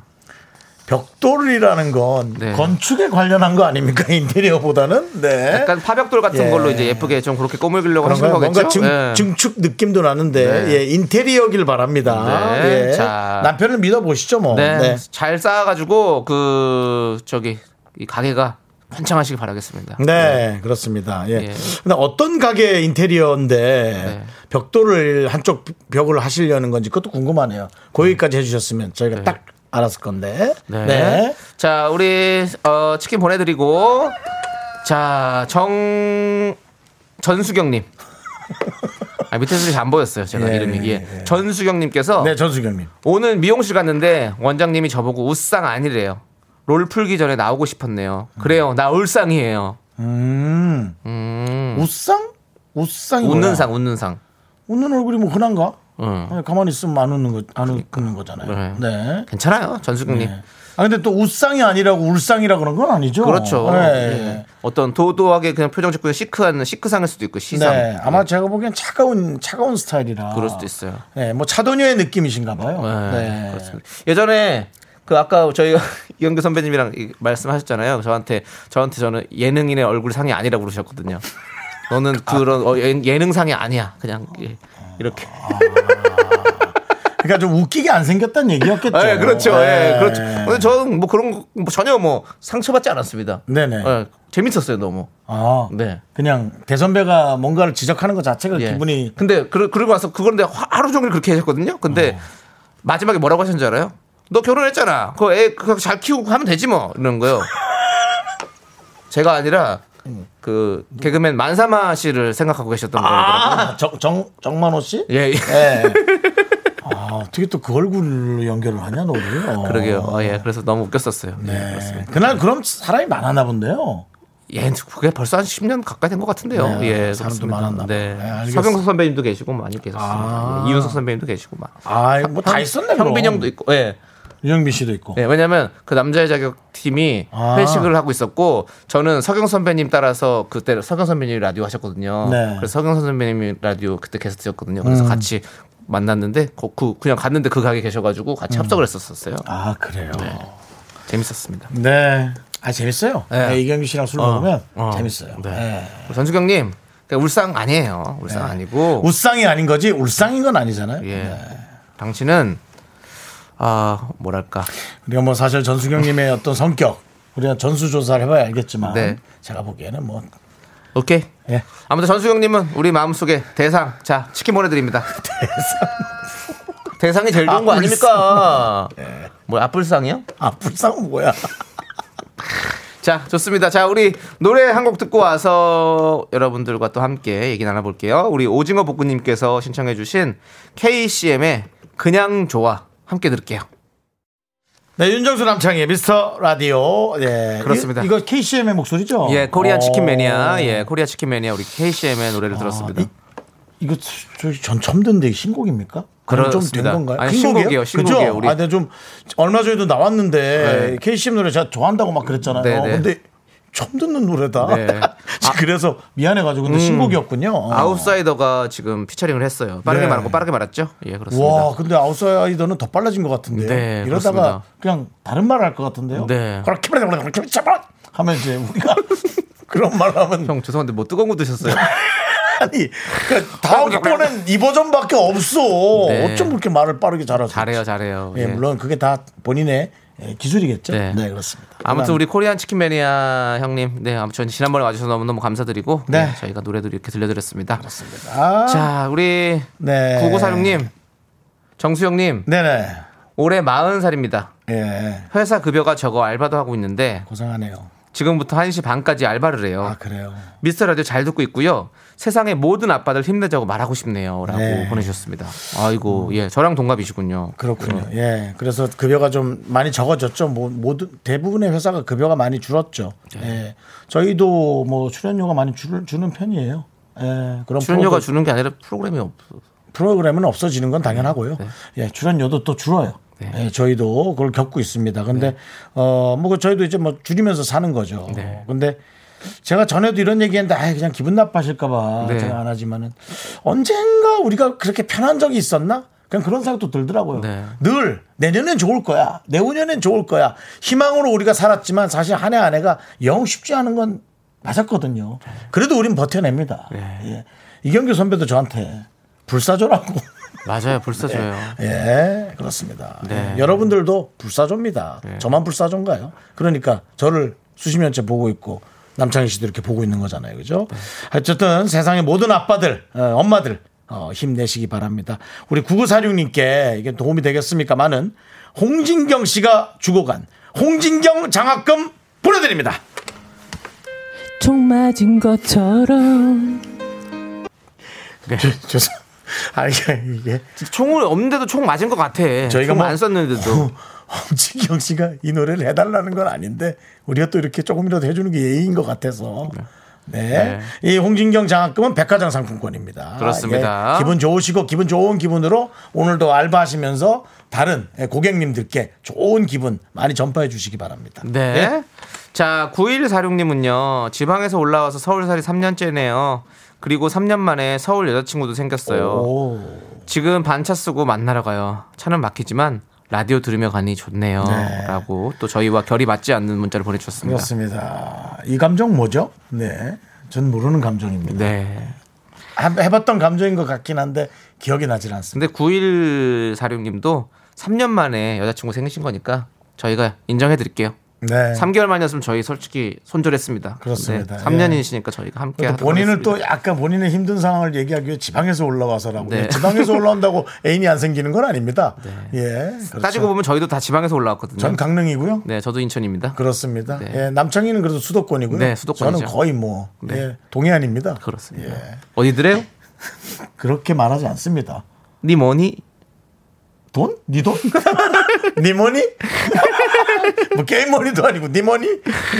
벽돌이라는 건 네. 건축에 관련한 거 아닙니까? <laughs> 인테리어보다는? 네. 약간 파벽돌 같은 예. 걸로 이제 예쁘게 좀 그렇게 꾸물기려고 하시는 그런가요? 거겠죠? 뭔가 증, 예. 축 느낌도 나는데 네. 예, 인테리어길 바랍니다. 네. 예. 자. 남편을 믿어보시죠 뭐. 네. 네. 잘 쌓아가지고 그 저기 이 가게가 번창하시길 바라겠습니다. 네, 그렇습니다. 예. 예. 근데 어떤 가게 인테리어인데 네. 벽돌을 한쪽 벽을 하시려는 건지 그것도 궁금하네요. 거기까지 해주셨으면 저희가 딱 알았을 건데. 네. 네. 자, 우리 어, 치킨 보내드리고 자, 정 전수경님. 아, 밑에서 잘 안 보였어요. 제가 예, 이름이. 예. 예. 전수경님께서 네, 전수경님. 오늘 미용실 갔는데 원장님이 저보고 웃상 아니래요. 롤 풀기 전에 나오고 싶었네요. 그래요, 나 울상이에요. 음. 웃상? 웃상이 뭐야? 웃는 상, 웃는 상. 웃는 얼굴이 뭐 흔한가? 응. 아니, 가만히 있으면 안 웃는 거, 안 웃는 거잖아요. 네. 네. 괜찮아요, 전수경님. 네. 아 근데 또 우상이 아니라고 울상이라 그런 건 아니죠. 그렇죠. 네. 예. 어떤 도도하게 그냥 표정 짓고 시크한 시크상일 수도 있고 시상 네, 아마 제가 보기엔 차가운 차가운 스타일이라 그럴 수도 있어요. 네, 뭐 차도녀의 느낌이신가 봐요. 네, 네. 그렇습니다. 예전에 그 아까 저희가 <laughs> 이영규 선배님이랑 이- 말씀하셨잖아요. 저한테 저한테 저는 예능인의 얼굴 상이 아니라고 그러셨거든요. 너는 그런 어, 예- 예능상이 아니야. 그냥 이- 이렇게. 그러니까 좀 웃기게 안 생겼다는 얘기였겠죠. 예, 그렇죠. 예, 네. 그렇죠. 근데 저는 뭐 그런 거뭐 전혀 뭐 상처받지 않았습니다. 네네. 예, 재밌었어요, 너무. 아, 네. 그냥 대선배가 뭔가를 지적하는 것 자체가 예. 기분이 근데 그러, 그러고 와서 그건데 하루 종일 그렇게 하셨거든요. 근데 어. 마지막에 뭐라고 하셨는지 알아요? 너 결혼했잖아. 그거 애 그거 잘 키우고 하면 되지 뭐 이런 <laughs> 거요. 제가 아니라 음. 그 개그맨 만사마 씨를 생각하고 계셨던 거더라고요. 아, 정, 정 정만호 씨? 예, 예. 네. <laughs> 아, 어떻게 또 그 얼굴로 연결을 하냐 너를? 어. 그러게요. 어, 예, 그래서 너무 웃겼었어요. 예, 네. 그렇습니다. 그날 그럼 사람이 많았나 본데요. 예, 그게 벌써 한 10년 가까이 된 것 같은데요. 네, 예, 사람도 그렇습니다. 많았나 네. 봐요. 예, 알겠습니다. 서병석 선배님도 계시고 뭐 많이 계셨습니다. 아. 예, 이윤석 선배님도 계시고 막. 아, 뭐 다 있었네. 그럼. 형빈 형도 있고, 예. 유영빈 씨도 있고. 네, 왜냐면 그 남자의 자격 팀이 아. 회식을 하고 있었고 저는 석영 선배님 따라서 그때 석영 선배님이 라디오 하셨거든요. 네. 음. 그래서 석영 선배님이 라디오 그때 게스트였거든요. 그래서 같이 만났는데 그, 그- 그냥 갔는데 그 가게 계셔가지고 같이 합석을 했었었어요. 음. 아, 그래요. 네. 재밌었습니다. 네. 아 재밌어요. 네. 네, 이경규 씨랑 술 먹으면 어. 재밌어요. 네. 네. 우리 전주경님 그러니까 울상 아니에요. 울상 아니고 울상이 아닌 거지 울상인 건 아니잖아요. 예. 네. 당신은 아 뭐랄까 우리가 뭐 사실 <laughs> 전수경님의 어떤 성격 우리가 전수조사를 해봐야 알겠지만 네. 제가 보기에는 뭐 오케이. 예. 아무튼 전수경님은 우리 마음속에 대상 자 치킨 <laughs> 보내드립니다. 대상 이 제일 좋은 거 아뿔상. 아닙니까? 예. 뭐 아뿔상이요? 아 불쌍은 뭐야? 자 좋습니다. 자 우리 노래 한 곡 듣고 와서 여러분들과 또 함께 얘기 나눠볼게요. 우리 오징어 볶음님께서 신청해주신 KCM의 그냥 좋아 함께 들을게요. 네 윤정수 남창의 미스터 라디오 예 그렇습니다. 이, 거 KCM의 목소리죠? 예, 코리아 치킨 어. 매니아, 예, 코리아 치킨 매니아 우리 KCM의 노래를 들었습니다. 이- 이거 저- 저- 전 처음 듣는데 이게 신곡입니까? 좀된 그렇습니다. 건가요? 아니, 큰 신곡이에요, 곡이에요? 신곡이에요, 그죠? 우리. 아, 근데 좀 얼마 전에도 나왔는데 KCM 노래 제가 좋아한다고 막 그랬잖아요. 네, 네. 근데 처음 듣는 노래다. 네. 아. 그래서 미안해가지고 근데 신곡이었군요. 어. 아웃사이더가 지금 피처링을 했어요. 빠르게 네. 말하고 빠르게 말았죠? 예, 그렇습니다. 와, 근데 아웃사이더는 더 빨라진 것 같은데. 네, 이러다가 그렇습니다. 그냥 다른 말 할 것 같은데요. 네. 그렇게 말해, 그렇게 말해, 하면 이제 우리가 그런 말 하면 형 죄송한데 뭐 뜨거운 거 드셨어요? 아니, 그러니까 다음번엔 이 버전밖에 없어. 어, 네. 어쩜 그렇게 말을 빠르게 잘하지? <laughs> 잘해요, 잘해요. 예, 예. 물론 그게 다 본인의 예, 기술이겠죠. 네, 네. 그렇습니다. 아무튼 그다음- 우리 코리안 치킨 매니아 형님, 네, 아무튼 지난번에 와주셔서 너무너무 감사드리고, 네. 네, 저희가 노래도 이렇게 들려드렸습니다. 아, 자, 우리 네. 9946님, 정수영님, 네네. 올해 40살입니다. 예, 회사 급여가 적어 알바도 하고 있는데, 고생하네요. 지금부터 1시 반까지 알바를 해요. 아 그래요. 미스터 라디오 잘 듣고 있고요. 세상의 모든 아빠들 힘내자고 말하고 싶네요라고 네. 보내주셨습니다. 아이고 예 저랑 동갑이시군요. 그렇군요. 어. 예, 그래서 급여가 좀 많이 적어졌죠. 뭐 모든 대부분의 회사가 급여가 많이 줄었죠. 네. 예, 저희도 뭐 출연료가 많이 줄, 주는 편이에요. 예, 그런 출연료가 프로그- 주는 게 아니라 프로그램이 없어. 프로그램은 없어지는 건 당연하고요. 예, 출연료도 또 줄어요. 네. 예, 저희도 그걸 겪고 있습니다. 근데 어, 뭐그 저희도 이제 뭐 줄이면서 사는 거죠. 네. 근데 제가 전에도 이런 얘기했는데 아예 그냥 기분 나빠하실까봐 네. 제가 안 하지만은 언젠가 우리가 그렇게 편한 적이 있었나? 그냥 그런 생각도 들더라고요. 네. 늘 내년엔 좋을 거야. 내후년엔 좋을 거야. 희망으로 우리가 살았지만 사실 한 해 한 해가 영 쉽지 않은 건 맞았거든요. 그래도 우린 버텨냅니다. 예. 이경규 선배도 저한테 불사조라고. 맞아요 불사조예요. 예, 그렇습니다. 네. 예, 여러분들도 불사조입니다. 저만 불사조인가요? 그러니까 저를 수십 년째 보고 있고 남창희 씨도 이렇게 보고 있는 거잖아요. 그죠? 어쨌든 세상의 모든 아빠들, 어, 엄마들 어, 힘내시기 바랍니다. 우리 9946님께 이게 도움이 되겠습니까? 많은 홍진경 씨가 주고 간 홍진경 장학금 보내드립니다. 총 맞은 것처럼 <laughs> 죄송. 아, 이게, 이게 총을 없는데도 총 맞은 것 같아. 저희가 저희가 뭐- 네, 총안 <laughs> 썼는데도 홍진경 씨가 이 노래를 해달라는 건 아닌데 우리가 또 이렇게 조금이라도 해주는 게 예의인 것 같아서 네. 이 홍진경 장학금은 백화점 상품권입니다. 그렇습니다. 예, 기분 좋으시고 기분 좋은 기분으로 오늘도 알바하시면서 다른 예, 고객님들께 좋은 기분 많이 전파해 주시기 바랍니다. 네. 예? 자, 9146님은요, 지방에서 올라와서 서울 살이 3년째네요. 그리고 3년 만에 서울 여자친구도 생겼어요. 오. 지금 반차 쓰고 만나러 가요. 차는 막히지만 라디오 들으며 가니 좋네요. 네. 라고 또 저희와 결이 맞지 않는 문자를 보내주셨습니다. 그렇습니다. 이 감정 뭐죠? 네. 전 모르는 감정입니다. 네. 한- 해봤던 감정인 것 같긴 한데 기억이 나질 않습니다. 근데 9146님도 3년 만에 여자친구 생기신 거니까 저희가 인정해드릴게요. 네. 3개월 만이었으면 저희 솔직히 손절했습니다. 네, 그렇습니다. 3년이시니까 저희가 함께 또 하도록 본인은 또 하겠습니다. 약간 본인의 힘든 상황을 얘기하기 위해 지방에서 올라와서라고. 네. 지방에서 올라온다고 <laughs> 애인이 안 생기는 건 아닙니다. 예. 그렇죠. 따지고 보면 저희도 다 지방에서 올라왔거든요. 전 강릉이고요. 네, 저도 인천입니다. 그렇습니다. 네. 예, 남창희는 그래도 수도권이고요. 네, 수도권이죠. 저는 거의 뭐 네. 예, 동해안입니다. 예, 그렇습니다. 어디드래요? 그렇게 말하지 않습니다. 니 뭐니? 돈? 니 돈? <laughs> 니 <laughs> 머니? 뭐 게임 머니도 아니고 니 머니?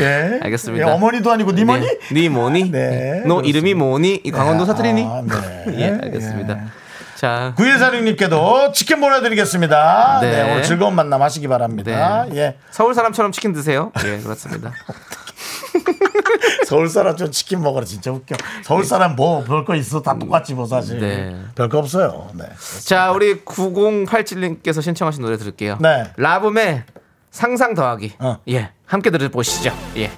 예. 알겠습니다. 예, 어머니도 아니고 니 머니? 네, 니 뭐니? 네, 너 그렇습니다. 이름이 뭐니? 이 강원도 사투리니? 아, 네. <laughs> 예, 알겠습니다. 자, 구일사령님께도 치킨 보내드리겠습니다. 네. 네. 오늘 즐거운 만남 하시기 바랍니다. 네. 예. 서울 사람처럼 치킨 드세요. <laughs> 예, 그렇습니다. 서울 사람 좀 치킨 먹으라 진짜 웃겨. 서울 사람 뭐 별 거 있어 다 똑같지 뭐 사실. 네. 별 거 없어요. 네. 자, 우리 9087님께서 신청하신 노래 들을게요. 네. 라붐의 상상 더하기. 어. 예, 함께 들어보시죠. 예.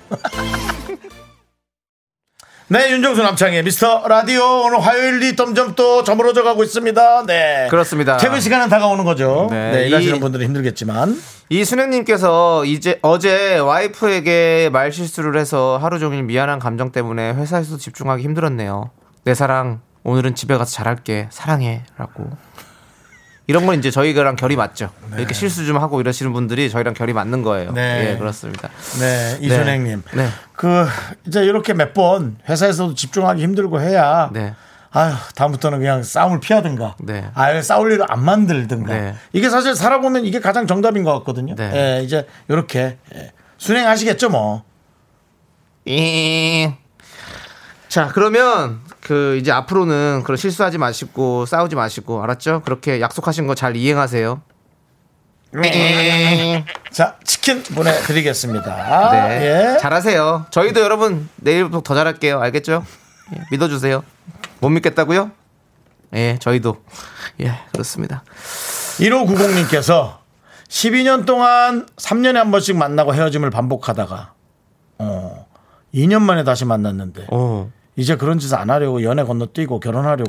네, 윤정수 남창의 미스터 라디오 오늘 화요일이 점점 또 저물어져 가고 있습니다. 네. 그렇습니다. 퇴근 시간은 다가오는 거죠. 네. 네, 일하시는 이- 분들은 힘들겠지만. 이순영님께서 이제 어제 와이프에게 말 실수를 해서 하루 종일 미안한 감정 때문에 회사에서 집중하기 힘들었네요. 내 사랑 오늘은 집에 가서 잘할게 사랑해라고 이런 건 이제 저희랑 결이 맞죠. 이렇게 실수 좀 하고 이러시는 분들이 저희랑 결이 맞는 거예요. 네. 예 그렇습니다. 네, 이순행님. 네. 그 이제 이렇게 몇 번 회사에서도 집중하기 힘들고 해야. 네. 아휴 다음부터는 그냥 싸움을 피하든가, 네. 아예 싸울 일을 안 만들든가. 네. 이게 사실 살아보면 이게 가장 정답인 것 같거든요. 네. 예, 이제 이렇게 예. 순행하시겠죠 뭐. 잉. 자 그러면 그 이제 앞으로는 그런 실수하지 마시고 싸우지 마시고 알았죠? 그렇게 약속하신 거 잘 이행하세요. 잉. 자 치킨 보내드리겠습니다. 네. 예. 잘하세요. 저희도 여러분 내일부터 더 잘할게요. 알겠죠? 예, 믿어주세요. 못 믿겠다고요? 예, 저희도 예 그렇습니다. 1590님께서 12년 동안 3년에 한 번씩 만나고 헤어짐을 반복하다가 어, 2년 만에 다시 만났는데 어, 이제 그런 짓 안 하려고 연애 건너뛰고 결혼하려고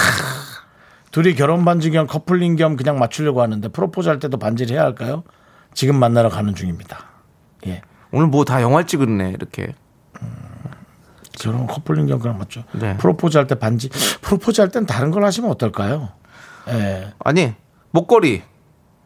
둘이 결혼 반지 겸 커플링 겸 그냥 맞추려고 하는데 프로포즈 할 때도 반지를 해야 할까요? 지금 만나러 가는 중입니다. 예. 오늘 뭐 다 영화 찍었네 이렇게. 결혼 커플링 겸 그냥 맞죠. 네. 프로포즈 할 때 반지 프로포즈 할 땐 다른 걸 하시면 어떨까요? 예. 아니 목걸이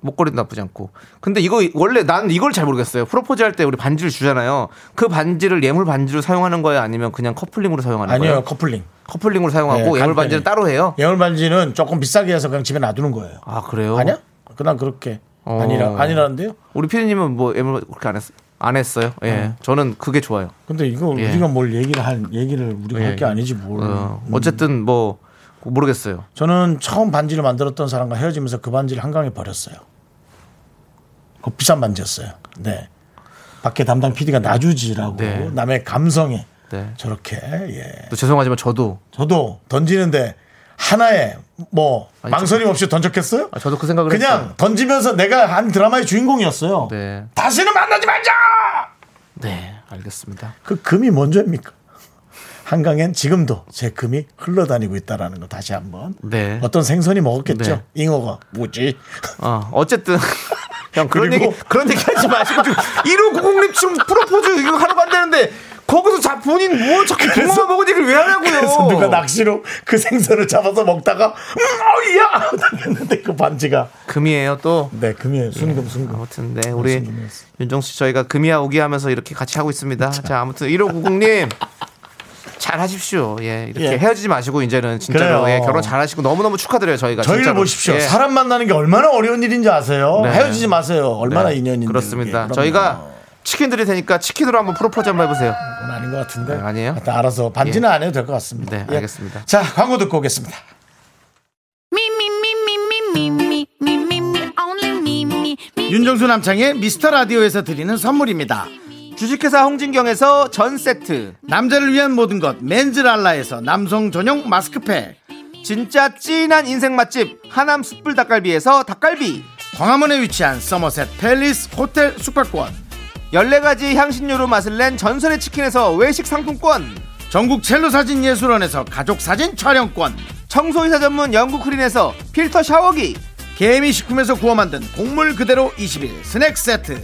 목걸이도 나쁘지 않고. 근데 이거 원래 난 이걸 잘 모르겠어요. 프로포즈 할 때 우리 반지를 주잖아요. 그 반지를 예물 반지로 사용하는 거예요, 아니면 그냥 커플링으로 사용하는 아니요 거예요? 커플링. 커플링으로 사용하고 네, 예물 간편히. 반지는 따로 해요. 예물 반지는 조금 비싸게 해서 그냥 집에 놔두는 거예요. 아 그래요? 아니야? 그냥 그렇게 어. 아니라 아니라는데요. 우리 피디님은 뭐 예물 그렇게 안 했, 안 했어요? 예, 저는 그게 좋아요. 근데 이거 예. 우리가 뭘 얘기를 할 얘기를 우리가 예, 할 게 예. 아니지 뭘. 어, 음. 어쨌든 뭐 모르겠어요. 저는 처음 반지를 만들었던 사람과 헤어지면서 그 반지를 한강에 버렸어요. 그 비싼 반지였어요. 네. 밖에 담당 PD가 놔주지라고 네. 남의 감성에 네. 저렇게 예. 또 죄송하지만 저도 저도 던지는데 하나에 뭐 아니, 망설임 없이 던졌겠어요? 아, 저도 그 생각을 그냥 했어요. 던지면서 내가 한 드라마의 주인공이었어요. 네. 다시는 만나지 말자. 네, 알겠습니다. 그 금이 뭔죄입니까? 한강엔 지금도 제 금이 흘러다니고 있다라는 거 다시 한번 네. 어떤 생선이 먹었겠죠 네. 잉어가 뭐지 어, 어쨌든 형 <laughs> 그런 그리고- 얘기 그런 <laughs> 얘기 하지 마시고 지금 1호 9공립 지금 프로포즈 이거 하러 간다는데 거기서 자 본인 뭐 자꾸 동어만 먹은 얘기를 왜 하냐고요. 그래서 누가 낚시로 그 생선을 잡아서 먹다가 음, 어이야 <laughs> 당했는데 그 반지가 금이에요 또. 네 금이에요 어, 순금 순금 아무튼 네 우리 무슨 일이었어. 윤정수 씨 저희가 금이야 오기 하면서 이렇게 같이 하고 있습니다. 자 아무튼 1590님 잘 하십시오. 예 이렇게 예. 헤어지지 마시고 이제는 진짜로 그래요. 예, 결혼 잘 하시고 너무 너무 축하드려요 저희가. 저희를 진짜로. 보십시오 예. 사람 만나는 게 얼마나 어려운 일인지 아세요 네. 헤어지지 예, 마세요 얼마나 네, 인연인데 그렇습니다. 그게. 그럼요. 저희가 치킨 드릴 테니까 치킨으로 한번 프로포즈 한번 해보세요. 그건 아닌 것 같은데. 아, 아니에요? 하여튼 알아서 반지는 안 해도 될 것 같습니다. 네, 예. 알겠습니다. 자, 광고 듣고 오겠습니다. Me, me, me, me, me, me, me, me, me, me, only me, me, me. 윤정수 남창의 미스터 라디오에서 드리는 선물입니다. 주식회사 홍진경에서 전 세트, 남자를 위한 모든 것 맨즈랄라에서 남성 전용 마스크팩. 진짜 찐한 인생 맛집 하남 숯불 닭갈비에서 닭갈비, 광화문에 위치한 서머셋 팰리스 호텔 숙박권. 14가지 향신료로 맛을 낸 전설의 치킨에서 외식 상품권, 전국 첼로 사진 예술원에서 가족 사진 촬영권. 청소이사 전문 영국 크린에서 필터 샤워기, 개미 식품에서 구워 만든 곡물 그대로 20일 스낵 세트.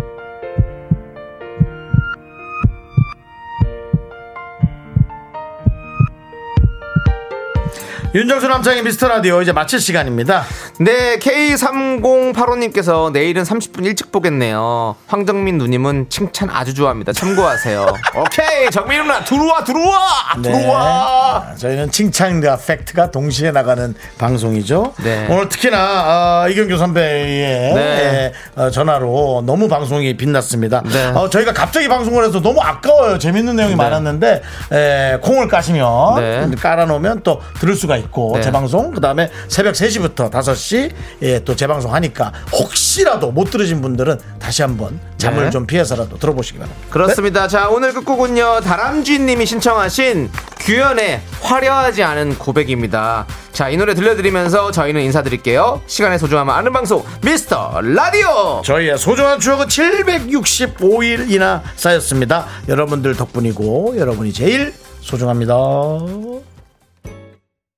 윤정수 남창의 미스터 라디오 이제 마칠 시간입니다. 네, K3085님께서 내일은 30분 일찍 보겠네요. 황정민 누님은 칭찬 아주 좋아합니다. 참고하세누 오케이 정민 나 들어와, 들어와! 네. 들어와! 아, 저희는 칭찬과 팩트가 동시에 나가는 방송이죠. 네. 오늘 특히나 아, 이경규 선배의 네. 예, 어, 전화로 너무 방송이 빛났습니다. 네. 어, 저희가 갑자기 방송을 해서 너무 아까워요. 재밌는 내용이 많았는데 에, 콩을 까시면 네. 깔아놓으면 또 들을 수가 있고 네. 재방송 그다음에 새벽 3시부터 5시 예, 또 재방송 하니까 혹시라도 못 들으신 분들은 다시 한번 잠을 네. 좀 피해서라도 들어보시기 바랍니다. 그렇습니다. 자, 오늘 끝곡은요, 다람쥐님이 신청하신 규현의 화려하지 않은 고백입니다. 자, 이 노래 들려드리면서 저희는 인사드릴게요. 시간의 소중함을 아는 방송, 미스터 라디오! 저희의 소중한 추억은 765일이나 쌓였습니다. 여러분들 덕분이고 여러분이 제일 소중합니다.